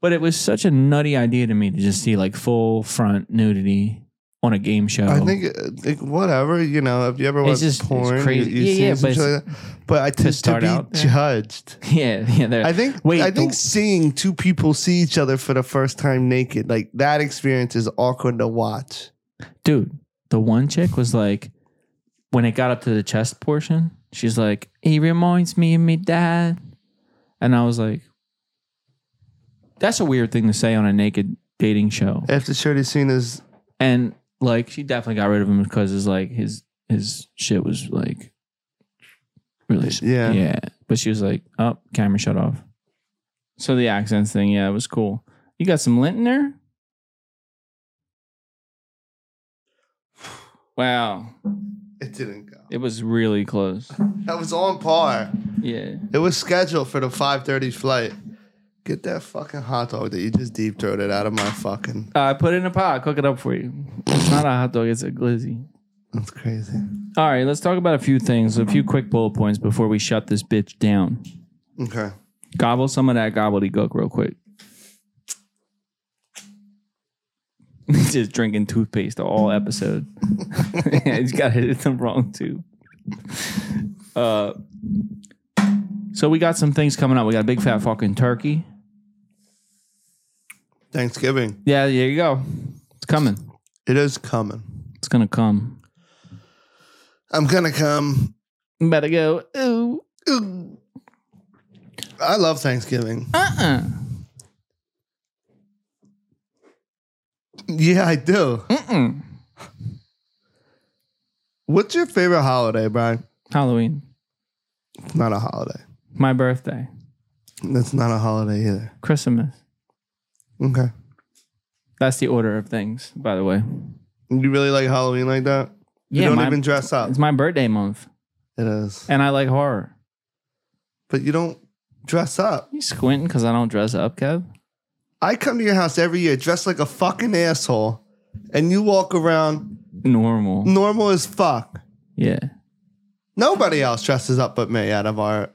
Speaker 3: but it was such a nutty idea to me to just see like full front nudity on a game show.
Speaker 5: I think uh, like, whatever you know. If you ever watch
Speaker 3: It's just- it's
Speaker 5: porn, you-
Speaker 3: crazy.
Speaker 5: you
Speaker 3: Yeah,
Speaker 5: see
Speaker 3: yeah,
Speaker 5: some
Speaker 3: but
Speaker 5: shit like that. But I to, to
Speaker 3: start out
Speaker 5: be
Speaker 3: there.
Speaker 5: judged.
Speaker 3: [laughs] yeah, yeah. they're-
Speaker 5: I think.
Speaker 3: Wait,
Speaker 5: I think
Speaker 3: the-
Speaker 5: seeing two people see each other for the first time naked, like that experience, is awkward to watch.
Speaker 3: dude, the one chick was like, when it got up to the chest portion, she's like, he reminds me of me dad. And I was like, that's a weird thing to say on a naked dating show.
Speaker 5: After Shirley seen his,
Speaker 3: And like she definitely got rid of him because his like his his shit was like really
Speaker 5: Yeah.
Speaker 3: yeah. But she was like, "Up, oh, camera shut off." So the accents thing, yeah, it was cool. You got some lint in there? Wow,
Speaker 5: it didn't go.
Speaker 3: it was really close.
Speaker 5: That was on par.
Speaker 3: Yeah,
Speaker 5: It was scheduled for the five thirty flight. Get that fucking hot dog that you just deep throated out of my fucking.
Speaker 3: Uh, I put it in a pot, cook it up for you. It's not a hot dog; it's a glizzy.
Speaker 5: That's crazy.
Speaker 3: All right, let's talk about a few things, a few quick bullet points before we shut this bitch down.
Speaker 5: Okay.
Speaker 3: Gobble some of that gobbledygook real quick. [laughs] Just drinking toothpaste the whole episode. [laughs] He's got to hit the wrong tube. Uh, so we got some things coming up. We got a big fat fucking turkey.
Speaker 5: Thanksgiving.
Speaker 3: Yeah, there you go. It's coming.
Speaker 5: It is coming.
Speaker 3: It's gonna come.
Speaker 5: I'm gonna come.
Speaker 3: Better go. Ooh.
Speaker 5: I love Thanksgiving.
Speaker 3: Uh-uh.
Speaker 5: Yeah, I do.
Speaker 3: Mm-mm.
Speaker 5: What's your favorite holiday, Brian?
Speaker 3: Halloween.
Speaker 5: It's not a holiday.
Speaker 3: My birthday.
Speaker 5: That's not a holiday either.
Speaker 3: Christmas.
Speaker 5: Okay.
Speaker 3: That's the order of things, by the way.
Speaker 5: You really like Halloween like that? You don't
Speaker 3: my-
Speaker 5: even dress up.
Speaker 3: it's my birthday month.
Speaker 5: It is.
Speaker 3: And I like horror.
Speaker 5: But you don't dress up.
Speaker 3: You squinting because I don't dress up, Kev?
Speaker 5: I come to your house every year dressed like a fucking asshole, and you walk around
Speaker 3: Normal.
Speaker 5: normal as fuck.
Speaker 3: Yeah.
Speaker 5: Nobody else dresses up but me out of our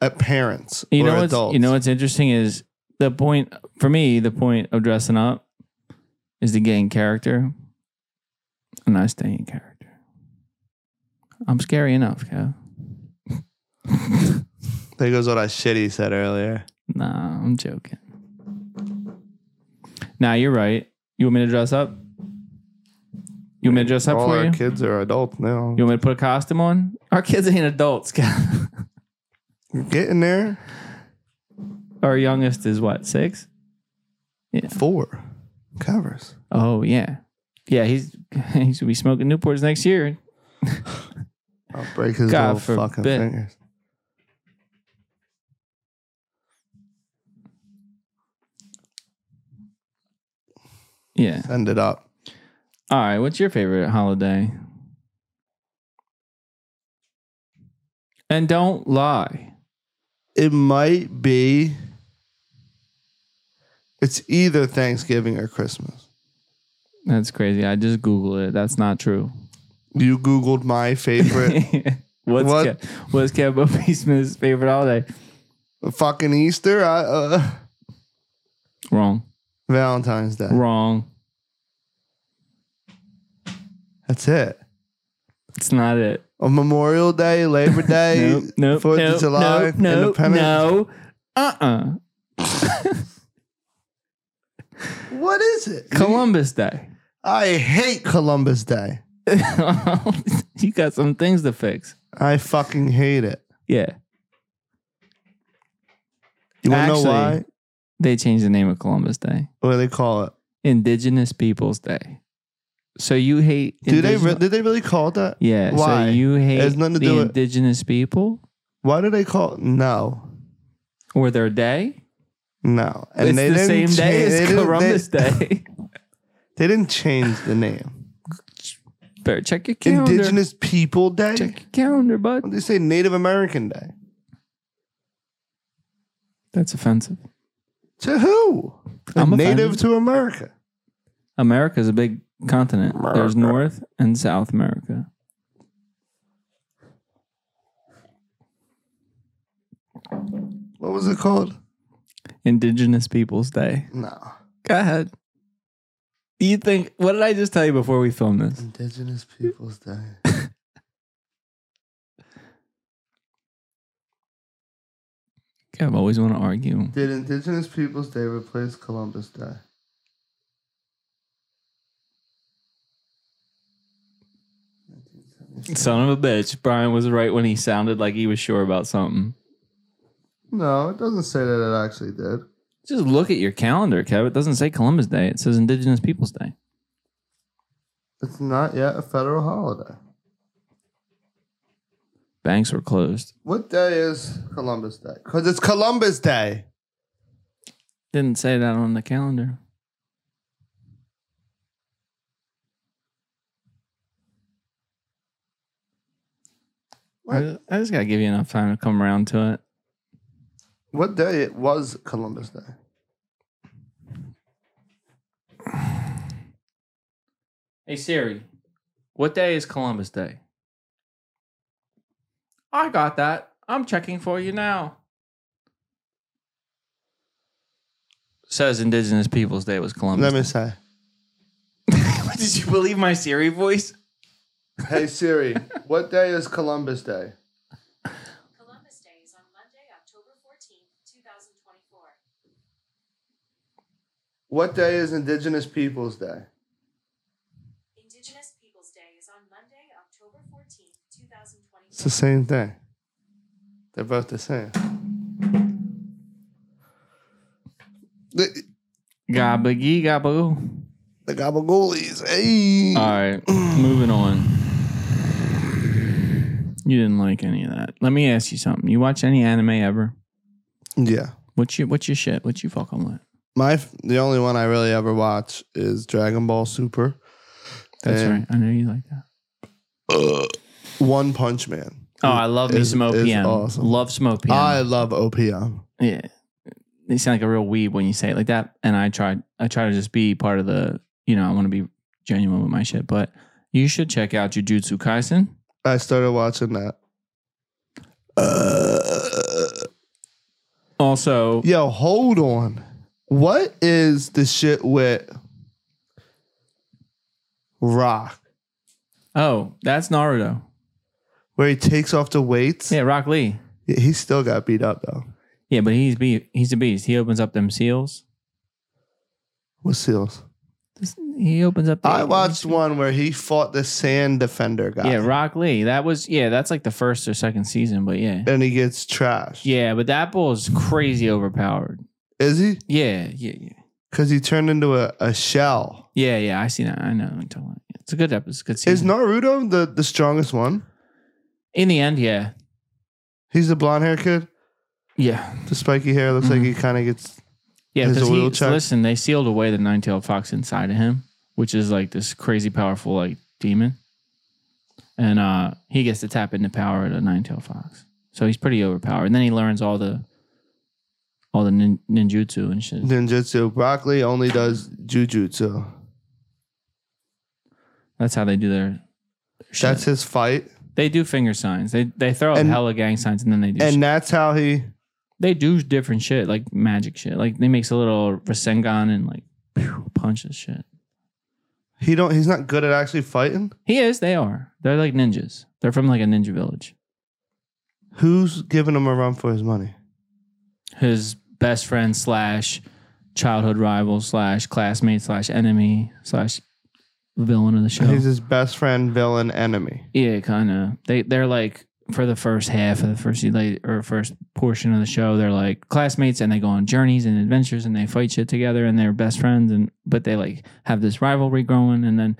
Speaker 5: uh, parents
Speaker 3: You
Speaker 5: or
Speaker 3: know what's
Speaker 5: adults.
Speaker 3: you know what's interesting is the point for me, the point of dressing up is to gain character. And I stay in character. I'm scary enough, Kev.
Speaker 5: There goes what I shitty said earlier.
Speaker 3: Nah, I'm joking. Nah, you're right. You want me to dress up? You want me to dress up
Speaker 5: All
Speaker 3: for
Speaker 5: our
Speaker 3: you?
Speaker 5: kids are adults now.
Speaker 3: You want me to put a costume on? Our kids ain't adults, Kev. [laughs]
Speaker 5: You're getting there.
Speaker 3: Our youngest is what, six?
Speaker 5: Four covers.
Speaker 3: Oh yeah, yeah. He's [laughs] he's gonna be smoking Newports next year.
Speaker 5: I'll break his
Speaker 3: God
Speaker 5: little fucking
Speaker 3: forbid.
Speaker 5: fingers.
Speaker 3: Yeah.
Speaker 5: Send it up.
Speaker 3: All right. What's your favorite holiday? And don't lie.
Speaker 5: It might be. It's either Thanksgiving or Christmas.
Speaker 3: That's crazy. I just Googled it. That's not true.
Speaker 5: You Googled my favorite
Speaker 3: [laughs] What's
Speaker 5: What?
Speaker 3: Ke- what's Kevin P. Smith's favorite holiday?
Speaker 5: fucking Easter? I, uh,
Speaker 3: Wrong.
Speaker 5: Valentine's Day.
Speaker 3: Wrong.
Speaker 5: That's it.
Speaker 3: It's not it.
Speaker 5: On Memorial Day, Labor Day,
Speaker 3: [laughs] Nope. Nope.
Speaker 5: Fourth
Speaker 3: nope,
Speaker 5: of July,
Speaker 3: Nope. Nope.
Speaker 5: Independence.
Speaker 3: No. Uh. uh
Speaker 5: What is it?
Speaker 3: Columbus Day. [laughs]
Speaker 5: I hate Columbus Day.
Speaker 3: you got some things to fix.
Speaker 5: I fucking hate it.
Speaker 3: Yeah.
Speaker 5: You wanna know
Speaker 3: Actually-
Speaker 5: why?
Speaker 3: They changed the name of Columbus Day.
Speaker 5: What do they call it?
Speaker 3: Indigenous Peoples Day. So you hate?
Speaker 5: Do they re-
Speaker 3: indigeno-
Speaker 5: did they really call it that?
Speaker 3: yeah.
Speaker 5: Why?
Speaker 3: So you hate
Speaker 5: has nothing to
Speaker 3: the
Speaker 5: do with-
Speaker 3: indigenous people
Speaker 5: Why do they call it? No.
Speaker 3: or their day?
Speaker 5: No.
Speaker 3: it's
Speaker 5: they
Speaker 3: the
Speaker 5: didn't
Speaker 3: same day
Speaker 5: change- they
Speaker 3: as
Speaker 5: didn't- they-
Speaker 3: Columbus Day. [laughs]
Speaker 5: They didn't change the name.
Speaker 3: Better check your calendar.
Speaker 5: Indigenous People Day?
Speaker 3: Check your calendar,
Speaker 5: Why
Speaker 3: bud.
Speaker 5: do they say Native American Day?
Speaker 3: That's offensive.
Speaker 5: To who?
Speaker 3: I'm
Speaker 5: native
Speaker 3: offended.
Speaker 5: to America.
Speaker 3: America is a big continent. There's North and South America.
Speaker 5: What was it called?
Speaker 3: Indigenous Peoples Day.
Speaker 5: No.
Speaker 3: Go ahead. Do you think? What did I just tell you before we filmed this?
Speaker 5: Indigenous Peoples Day.
Speaker 3: Okay, I've always want to argue.
Speaker 5: Did Indigenous Peoples Day replace Columbus Day?
Speaker 3: Son of a bitch. Brian was right when he sounded like he was sure about something.
Speaker 5: No, it doesn't say that it actually did.
Speaker 3: Just look at your calendar, Kev. It doesn't say Columbus Day. It says Indigenous Peoples Day.
Speaker 5: It's not yet a federal holiday.
Speaker 3: Banks were closed.
Speaker 5: What day is Columbus Day? Because it's Columbus Day.
Speaker 3: Didn't say that on the calendar. I just, I just gotta give you enough time to come around to it.
Speaker 5: What day it was Columbus Day?
Speaker 3: Hey Siri, what day is Columbus Day? I got that. I'm checking for you now. Says Indigenous Peoples Day was Columbus.
Speaker 5: Let me say.
Speaker 3: [laughs] Did you believe my Siri voice?
Speaker 5: Hey Siri, what day is Columbus Day?
Speaker 7: Columbus Day is on Monday, October 14th, 2024.
Speaker 5: What day is Indigenous Peoples Day?
Speaker 7: Indigenous Peoples Day is on Monday, October 14th, 2024.
Speaker 5: It's the same thing. They're both the same. The,
Speaker 3: Gabagee gabagoo.
Speaker 5: the Gabagoolies. Hey.
Speaker 3: All right, moving on. You didn't like any of that. Let me ask you something. You watch any anime ever?
Speaker 5: yeah.
Speaker 3: What's your what's your shit? What you fucking with?
Speaker 5: My f- the only one I really ever watch is Dragon Ball Super,
Speaker 3: That's
Speaker 5: Um,
Speaker 3: right. I know you like that.
Speaker 5: One Punch Man.
Speaker 3: Oh, I love me
Speaker 5: is-
Speaker 3: some
Speaker 5: is
Speaker 3: OPM.
Speaker 5: awesome.
Speaker 3: Love some OPM.
Speaker 5: I love OPM.
Speaker 3: yeah. You sound like a real weeb when you say it like that. And I try I try to just be part of the, you know, I want to be genuine with my shit. But you should check out Jujutsu Kaisen.
Speaker 5: I started watching that. Uh,
Speaker 3: Also,
Speaker 5: yo, hold on. What is the shit with Rock
Speaker 3: oh, that's Naruto.
Speaker 5: where he takes off the weights?
Speaker 3: Yeah, Rock Lee.
Speaker 5: Yeah, He still got beat up though.
Speaker 3: Yeah, but he's be he's a beast. He opens up them seals.
Speaker 5: With seals.
Speaker 3: This- He opens up. The,
Speaker 5: I watched one where he fought the sand defender guy.
Speaker 3: Yeah, Rock Lee. That was yeah. That's like the first or second season, but yeah,
Speaker 5: And he gets trashed.
Speaker 3: yeah. But that bull is crazy overpowered.
Speaker 5: Is he?
Speaker 3: Yeah, yeah, yeah,
Speaker 5: Because he turned into a, a shell.
Speaker 3: yeah, yeah. I see that. I know. what you're talking about. It's a good episode. It's a good season.
Speaker 5: Is Naruto the, the strongest one?
Speaker 3: In the end, yeah,
Speaker 5: He's the blonde hair kid.
Speaker 3: yeah,
Speaker 5: The spiky hair looks like he
Speaker 3: Mm-hmm.
Speaker 5: kind of gets.
Speaker 3: yeah.
Speaker 5: His
Speaker 3: Because
Speaker 5: oil
Speaker 3: he
Speaker 5: check.
Speaker 3: listen, they sealed away the nine-tailed fox inside of him, which is like this crazy powerful like demon, and uh he gets to tap into power of the nine-tailed fox. So he's pretty overpowered. And then he learns all the all the nin- ninjutsu and shit.
Speaker 5: Ninjutsu. Broccoli only does jujutsu.
Speaker 3: That's how they do their. Shit.
Speaker 5: That's his fight,
Speaker 3: they do finger signs. They they throw up
Speaker 5: And-
Speaker 3: hella gang signs and then they do. shit.
Speaker 5: and that's how he.
Speaker 3: they do different shit like magic shit. Like they makes a little Rasengan and like [laughs] pew, punches shit.
Speaker 5: He don't. He's not good at actually fighting.
Speaker 3: He is. They are. They're like ninjas. They're from like a ninja village.
Speaker 5: Who's giving him a run for his money?
Speaker 3: His best friend slash childhood rival slash classmate slash enemy slash villain of the show.
Speaker 5: He's his best friend, villain, enemy.
Speaker 3: Yeah, kind of. They they're like for the first half of the first like, or first portion of the show, they're like classmates and they go on journeys and adventures and they fight shit together and they're best friends and but they like have this rivalry growing and then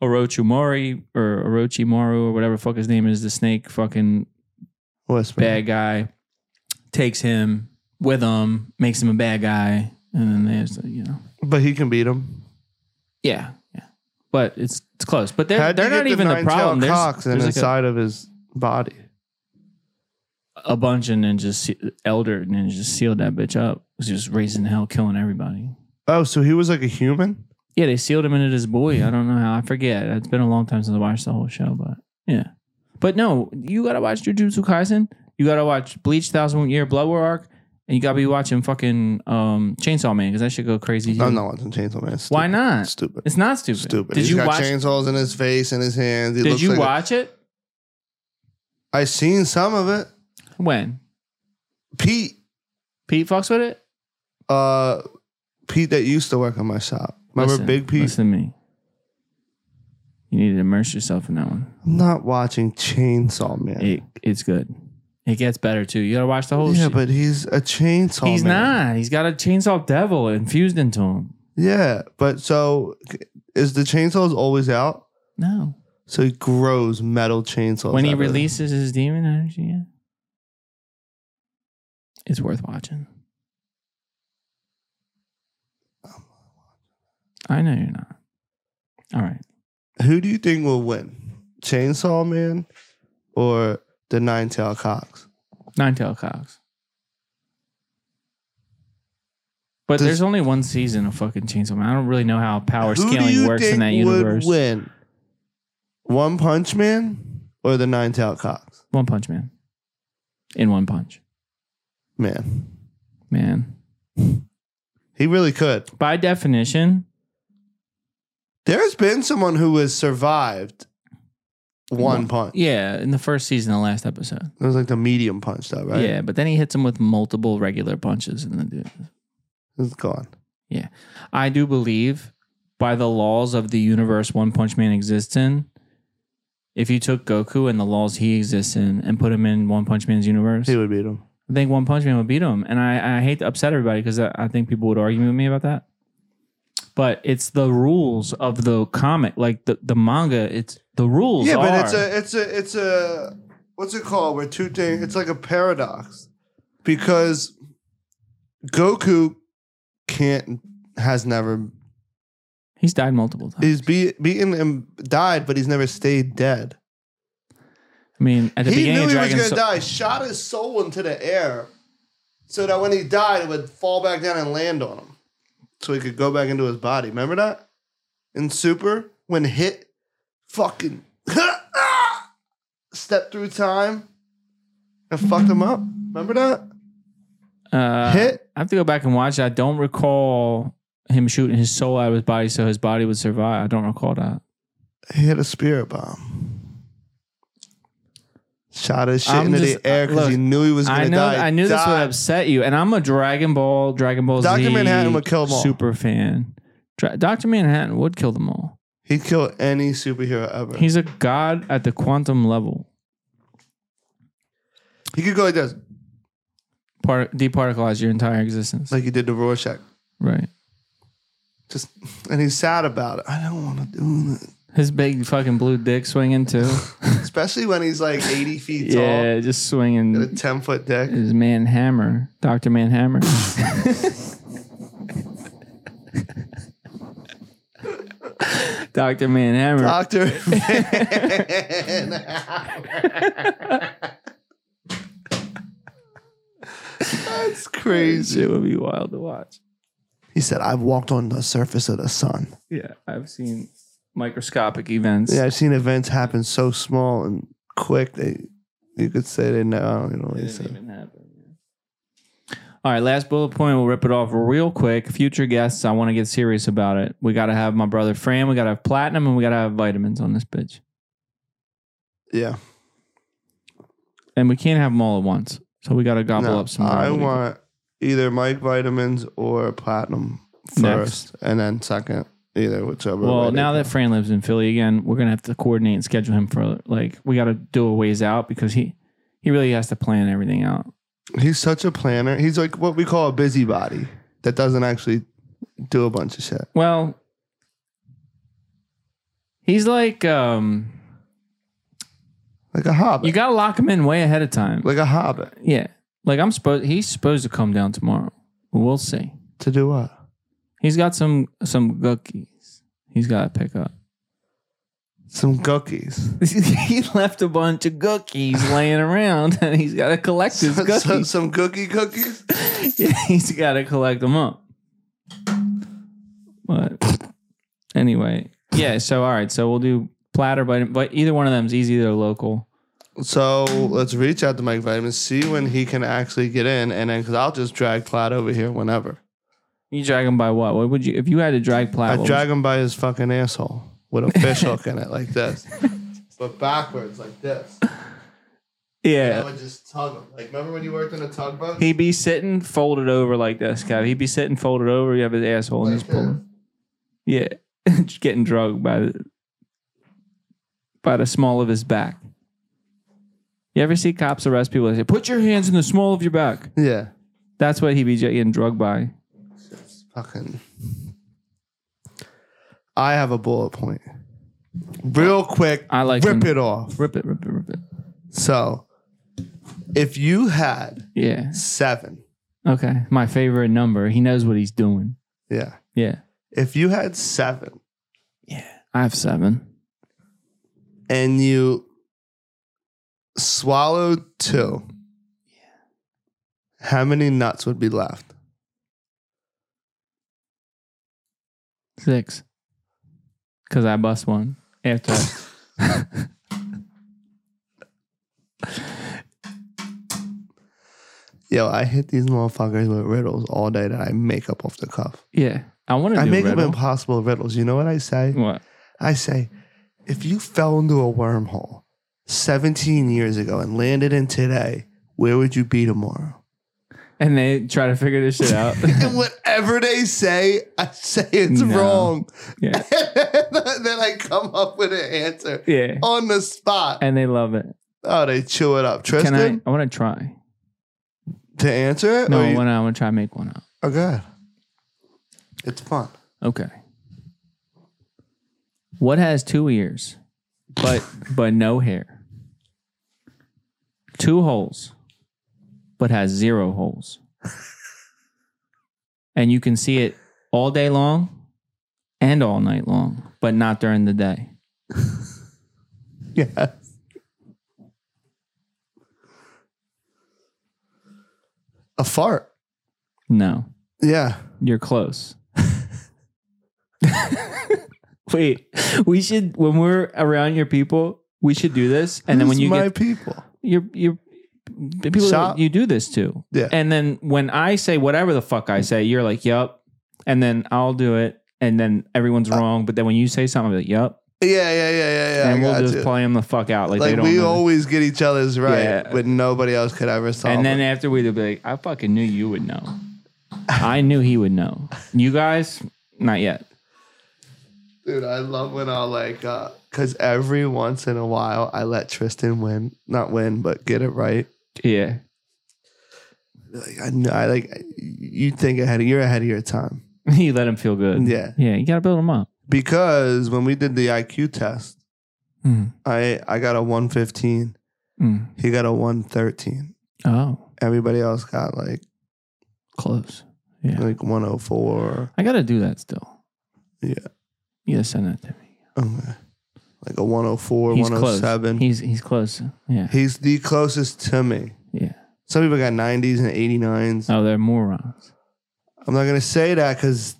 Speaker 3: Orochimori or Orochimaru or whatever the fuck his name is, the snake fucking
Speaker 5: Whisper.
Speaker 3: bad guy, takes him with him, makes him a bad guy, and then there's you know
Speaker 5: But he can beat him.
Speaker 3: yeah yeah, but it's it's close. But they're
Speaker 5: How'd you
Speaker 3: they're
Speaker 5: get
Speaker 3: not even the
Speaker 5: nine-tailed
Speaker 3: problem. There's,
Speaker 5: Cocks and
Speaker 3: there's like a-
Speaker 5: inside of his body.
Speaker 3: a bunch of ninjas, se- elder ninjas, sealed that bitch up. Was just raising hell, killing everybody.
Speaker 5: Oh, so he was like a human.
Speaker 3: Yeah, they sealed him into this boy. I don't know how. I forget. It's been a long time since I watched the whole show, but yeah. But no, you gotta watch Jujutsu Kaisen. You gotta watch Bleach Thousand Year Blood War arc, and you gotta be watching fucking um, Chainsaw Man because that should go crazy. too.
Speaker 5: I'm not watching Chainsaw Man. It's
Speaker 3: Why
Speaker 5: stupid.
Speaker 3: not?
Speaker 5: Stupid.
Speaker 3: It's not stupid.
Speaker 5: Stupid.
Speaker 3: Did
Speaker 5: He's
Speaker 3: you
Speaker 5: got
Speaker 3: watch?
Speaker 5: chainsaws in his face and his hands. He
Speaker 3: did
Speaker 5: looks
Speaker 3: you
Speaker 5: like a-
Speaker 3: watch it?
Speaker 5: I seen some of it.
Speaker 3: When
Speaker 5: Pete,
Speaker 3: Pete fucks with it?
Speaker 5: uh, Pete that used to work on my shop. Remember
Speaker 3: Listen,
Speaker 5: Big Pete?
Speaker 3: Listen to me. You need to immerse yourself in that one.
Speaker 5: I'm not watching Chainsaw Man.
Speaker 3: it, it's good. It gets better too. You gotta watch the whole.
Speaker 5: yeah,
Speaker 3: shit.
Speaker 5: but he's a chainsaw.
Speaker 3: he's
Speaker 5: man.
Speaker 3: not. He's got a chainsaw devil infused into him.
Speaker 5: Yeah, but so is the chainsaws always out?
Speaker 3: No,
Speaker 5: So he grows metal chainsaws.
Speaker 3: when he
Speaker 5: out of it.
Speaker 3: releases his demon energy, yeah, it's worth watching. I know you're not. All right,
Speaker 5: who do you think will win, Chainsaw Man or the Nine Tail Cox?
Speaker 3: Nine Tail Cox. But
Speaker 5: Does-
Speaker 3: there's only one season of fucking Chainsaw Man. I don't really know how power
Speaker 5: Who do
Speaker 3: scaling
Speaker 5: you
Speaker 3: works in
Speaker 5: think
Speaker 3: that universe.
Speaker 5: Would win, One Punch Man or the Nine Tail Cox?
Speaker 3: One Punch Man. In one punch.
Speaker 5: Man,
Speaker 3: man.
Speaker 5: he really could.
Speaker 3: By definition,
Speaker 5: There's been someone who has survived one
Speaker 3: One-
Speaker 5: punch.
Speaker 3: yeah, in the first season, the last episode,
Speaker 5: It was like the medium punch, though, right?
Speaker 3: yeah. But then he hits him with multiple regular punches, and then dude,
Speaker 5: it's gone.
Speaker 3: I do believe by the laws of the universe One Punch Man exists in. If you took Goku and the laws he exists in and put him in One Punch Man's universe,
Speaker 5: He would beat him.
Speaker 3: I think One Punch Man would beat him. And I, I hate to upset everybody because I, I think people would argue with me about that. But it's the rules of the comic, like the, the manga. It's the rules.
Speaker 5: Yeah, but it's
Speaker 3: are-
Speaker 5: a it's a it's a what's it called? Where two things it's like a paradox. Because Goku can't has never
Speaker 3: he's died multiple times.
Speaker 5: he's be, beaten and died, but he's never stayed dead.
Speaker 3: I mean, at the
Speaker 5: He
Speaker 3: beginning
Speaker 5: knew
Speaker 3: of
Speaker 5: he was
Speaker 3: Dragon
Speaker 5: gonna
Speaker 3: Soul,
Speaker 5: die, shot his soul into the air so that when he died it would fall back down and land on him. So he could go back into his body. Remember that? In Super, when hit fucking [laughs] stepped through time and fucked him up. Remember that?
Speaker 3: uh,
Speaker 5: hit?
Speaker 3: I have to go back and watch. it. I don't recall him shooting his soul out of his body so his body would survive. I don't recall that.
Speaker 5: He had a spirit bomb. Shot his shit
Speaker 3: I'm
Speaker 5: into
Speaker 3: just- uh,
Speaker 5: the air because he
Speaker 3: look,
Speaker 5: knew he was gonna
Speaker 3: I know.
Speaker 5: die.
Speaker 3: I knew this would
Speaker 5: Die.
Speaker 3: upset you, and I'm a Dragon Ball, Dragon Ball
Speaker 5: Dr.
Speaker 3: Z,
Speaker 5: Manhattan would kill them all.
Speaker 3: super fan. Dra- Doctor Manhattan would kill them all.
Speaker 5: He'd kill any superhero ever.
Speaker 3: He's a god at the quantum level.
Speaker 5: he could go like this,
Speaker 3: Part departicleize your entire existence,
Speaker 5: like he did to Rorschach.
Speaker 3: right?
Speaker 5: Just and he's sad about it. I don't want to do it,
Speaker 3: His big fucking blue dick swinging too.
Speaker 5: especially when he's like eighty feet
Speaker 3: yeah, just swinging.
Speaker 5: tall, got a ten foot dick.
Speaker 3: is Man Hammer, Doctor Man Hammer. Doctor Man Hammer.
Speaker 5: [laughs] Doctor, that's crazy.
Speaker 3: Shit would be wild to watch.
Speaker 5: He said, "I've walked on the surface of the sun."
Speaker 3: Yeah, I've seen microscopic events.
Speaker 5: Yeah, I've seen events happen so small and quick that you could say they know. I don't know what
Speaker 3: It
Speaker 5: you
Speaker 3: didn't
Speaker 5: said.
Speaker 3: even happen. yeah. All right, last bullet point. We'll rip it off real quick. Future guests, I want to get serious about it. We got to have my brother Fran. We got to have platinum, and we got to have vitamins on this bitch.
Speaker 5: Yeah.
Speaker 3: And we can't have them all at once, so we got to gobble
Speaker 5: No,
Speaker 3: up some.
Speaker 5: I
Speaker 3: variety.
Speaker 5: want either Mike vitamins or platinum first,
Speaker 3: Next.
Speaker 5: and then second, either whichever. way
Speaker 3: Well,
Speaker 5: they
Speaker 3: now
Speaker 5: go.
Speaker 3: that Fran lives in Philly again, we're gonna have to coordinate and schedule him for like we got to do a ways out because he he really has to plan everything out.
Speaker 5: he's such a planner, he's like what we call a busybody that doesn't actually do a bunch of shit.
Speaker 3: Well, he's like um,
Speaker 5: Like a hobbit.
Speaker 3: you got to lock him in way ahead of time.
Speaker 5: like a hobbit
Speaker 3: Yeah. Like I'm supposed he's supposed to come down tomorrow. We'll see.
Speaker 5: to do what?
Speaker 3: He's got some some cookies. He's got to pick up.
Speaker 5: Some cookies.
Speaker 3: [laughs] he left a bunch of cookies laying around and he's got to collect [laughs]
Speaker 5: [laughs]
Speaker 3: his
Speaker 5: some,
Speaker 3: cookies.
Speaker 5: some cookie cookies.
Speaker 3: Yeah, he's got to collect them up. But anyway, yeah, so all right, so we'll do platter but but either one of them's easy, they're local.
Speaker 5: So let's reach out to Mike Vitamins, see when he can actually get in, and then because I'll just drag Platt over here whenever.
Speaker 3: You drag him by what? What would you if you had to drag platter?
Speaker 5: I drag him by his fucking asshole with a fish hook in it like
Speaker 3: [laughs]
Speaker 5: this, but backwards like this. And I
Speaker 3: Yeah.
Speaker 5: would just tug him. Like remember when you worked in a tugboat?
Speaker 3: He'd be sitting folded over like this, Kev. He'd be sitting folded over. You have his asshole and
Speaker 5: Like
Speaker 3: he's pulling.
Speaker 5: this.
Speaker 3: Yeah, [laughs] Just getting drugged by the by the small of his back. You ever see cops arrest people? They say, "Put your hands in the small of your back."
Speaker 5: yeah,
Speaker 3: That's what he'd be getting drugged by.
Speaker 5: fucking. I have a bullet point. Real quick,
Speaker 3: I like
Speaker 5: rip
Speaker 3: them.
Speaker 5: it off.
Speaker 3: Rip it, rip it, rip it.
Speaker 5: So, if you had
Speaker 3: Yeah.
Speaker 5: seven,
Speaker 3: Okay. My favorite number. He knows what he's doing.
Speaker 5: yeah,
Speaker 3: Yeah.
Speaker 5: if you had seven
Speaker 3: I have seven.
Speaker 5: and you swallowed two, how many nuts would be left?
Speaker 3: Six. Cause I bust one after.
Speaker 5: Yo, I hit these motherfuckers with riddles all day that I make up off the cuff.
Speaker 3: yeah. I want to do Mm.
Speaker 5: I make
Speaker 3: riddle.
Speaker 5: up impossible riddles. You know what I say?
Speaker 3: What?
Speaker 5: I say, if you fell into a wormhole 17 years ago and landed in today, where would you be
Speaker 3: [laughs]
Speaker 5: tomorrow?
Speaker 3: And they try to figure this shit out. [laughs]
Speaker 5: And whatever they say, I say it's
Speaker 3: No.
Speaker 5: wrong. [laughs]
Speaker 3: yeah.
Speaker 5: then I come up with an answer
Speaker 3: Yeah.
Speaker 5: on the spot.
Speaker 3: And they love it.
Speaker 5: Oh, they chew it up.
Speaker 3: Can
Speaker 5: Tristan,
Speaker 3: I? I want to try.
Speaker 5: to answer it?
Speaker 3: No,
Speaker 5: or Oh, you-
Speaker 3: I want to. I want to try and make one up.
Speaker 5: oh, God. It's fun.
Speaker 3: Okay. What has two ears, but but no hair? Two holes, but has zero holes. And you can see it all day long, and all night long, but not during the day.
Speaker 5: Yes. A fart.
Speaker 3: No,
Speaker 5: Yeah.
Speaker 3: You're close. [laughs] Wait, we should when we're around your people, we should do this, and then
Speaker 5: Who's
Speaker 3: when you
Speaker 5: my
Speaker 3: get
Speaker 5: people.
Speaker 3: your your the people
Speaker 5: Shop.
Speaker 3: that you do this to,
Speaker 5: Yeah.
Speaker 3: and then when I say whatever the fuck I say, you're like, "Yup," and then I'll do it, and then everyone's wrong. But then when you say something, I'm like, "Yup,"
Speaker 5: Yeah, yeah, yeah, yeah, Uh, yeah. I
Speaker 3: and we'll
Speaker 5: got
Speaker 3: just
Speaker 5: you.
Speaker 3: play them the fuck out, like, they
Speaker 5: Like
Speaker 3: don't.
Speaker 5: we
Speaker 3: know.
Speaker 5: always get each other's right,
Speaker 3: Yeah.
Speaker 5: but nobody else could ever solve
Speaker 3: and then
Speaker 5: it.
Speaker 3: after we'd be like, "I fucking knew you would know. I knew he would know. You guys, not yet."
Speaker 5: Dude, I love when I'll like, uh, cause every once in a while I let Tristan win, not win, but get it right.
Speaker 3: Yeah.
Speaker 5: Like, I know, I like, you think ahead, of, you're ahead of your time.
Speaker 3: [laughs] you let him feel good.
Speaker 5: Yeah.
Speaker 3: Yeah, you got to build him up.
Speaker 5: Because when we did the IQ test,
Speaker 3: Mm.
Speaker 5: I I got a 115.
Speaker 3: Mm.
Speaker 5: He got a 113.
Speaker 3: Oh,
Speaker 5: Everybody else got like
Speaker 3: close. Yeah.
Speaker 5: like 104.
Speaker 3: I got to do that still.
Speaker 5: Yeah.
Speaker 3: You got to send that to me.
Speaker 5: Okay. Like a 104,
Speaker 3: He's close.
Speaker 5: 107.
Speaker 3: He's he's close. Yeah.
Speaker 5: He's the closest to me.
Speaker 3: Yeah.
Speaker 5: Some people got 90s and 89s.
Speaker 3: Uh. Oh, they're morons.
Speaker 5: I'm not going to say that because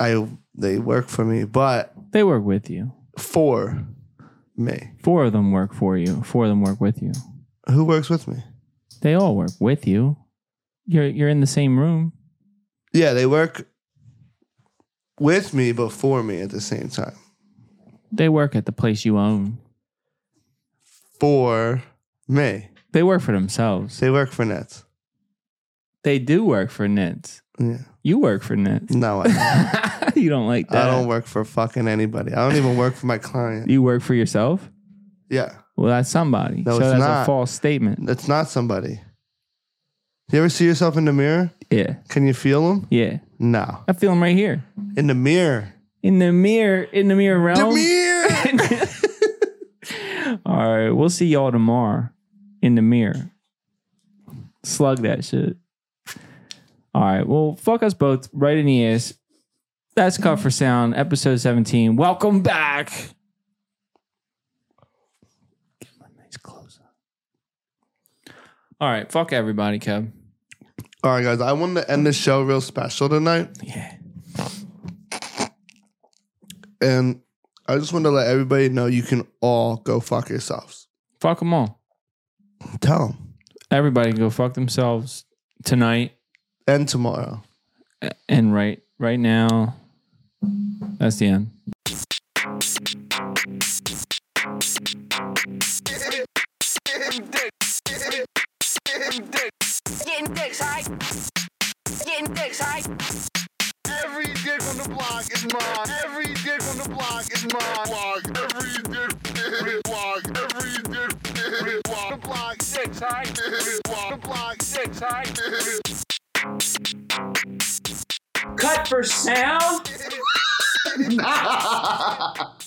Speaker 5: I They work for me, but
Speaker 3: They work with you.
Speaker 5: for me.
Speaker 3: Four of them work for you. Four of them work with you.
Speaker 5: Who works with me?
Speaker 3: They all work with you. You're you're in the same room.
Speaker 5: Yeah, they work with me, but for me at the same time.
Speaker 3: They work at the place you own.
Speaker 5: For me.
Speaker 3: They work for themselves.
Speaker 5: They work for Nets.
Speaker 3: They do work for Nits.
Speaker 5: Yeah.
Speaker 3: You work for Nits.
Speaker 5: No, I,
Speaker 3: [laughs] you don't like
Speaker 5: I
Speaker 3: that.
Speaker 5: don't work for fucking anybody. I don't even work for
Speaker 3: [laughs]
Speaker 5: my client.
Speaker 3: You work for yourself?
Speaker 5: Yeah.
Speaker 3: Well, that's somebody.
Speaker 5: No,
Speaker 3: so
Speaker 5: it's
Speaker 3: that's
Speaker 5: not.
Speaker 3: a false statement.
Speaker 5: That's not somebody. You ever see yourself in the mirror?
Speaker 3: Yeah.
Speaker 5: Can you feel them?
Speaker 3: Yeah.
Speaker 5: No.
Speaker 3: I feel him right here.
Speaker 5: In the mirror.
Speaker 3: In the mirror, in the mirror realm.
Speaker 5: mirror.
Speaker 3: All right, we'll see y'all tomorrow in the mirror. Slug that shit. All right, well, fuck us both right in the ass. That's Cut for Sound, episode 17. Welcome back. Get my nice close up. All right, fuck everybody, Kev.
Speaker 5: All right, guys. I wanted to end the show real special tonight.
Speaker 3: Yeah.
Speaker 5: And I just wanted to let everybody know you can all go fuck yourselves.
Speaker 3: Fuck them all.
Speaker 5: Tell them.
Speaker 3: Everybody can go fuck themselves tonight
Speaker 5: And tomorrow.
Speaker 3: and right right now. That's the end.
Speaker 8: Getting dicks high. Getting dicks high.
Speaker 1: Every dick on the block is mine. Every dick on the block is mine. Block. Every dick. Block. Every dick. Block. The block. Six high. Block. The block. Six high. [laughs]
Speaker 3: Cut for Sound.
Speaker 1: Nah.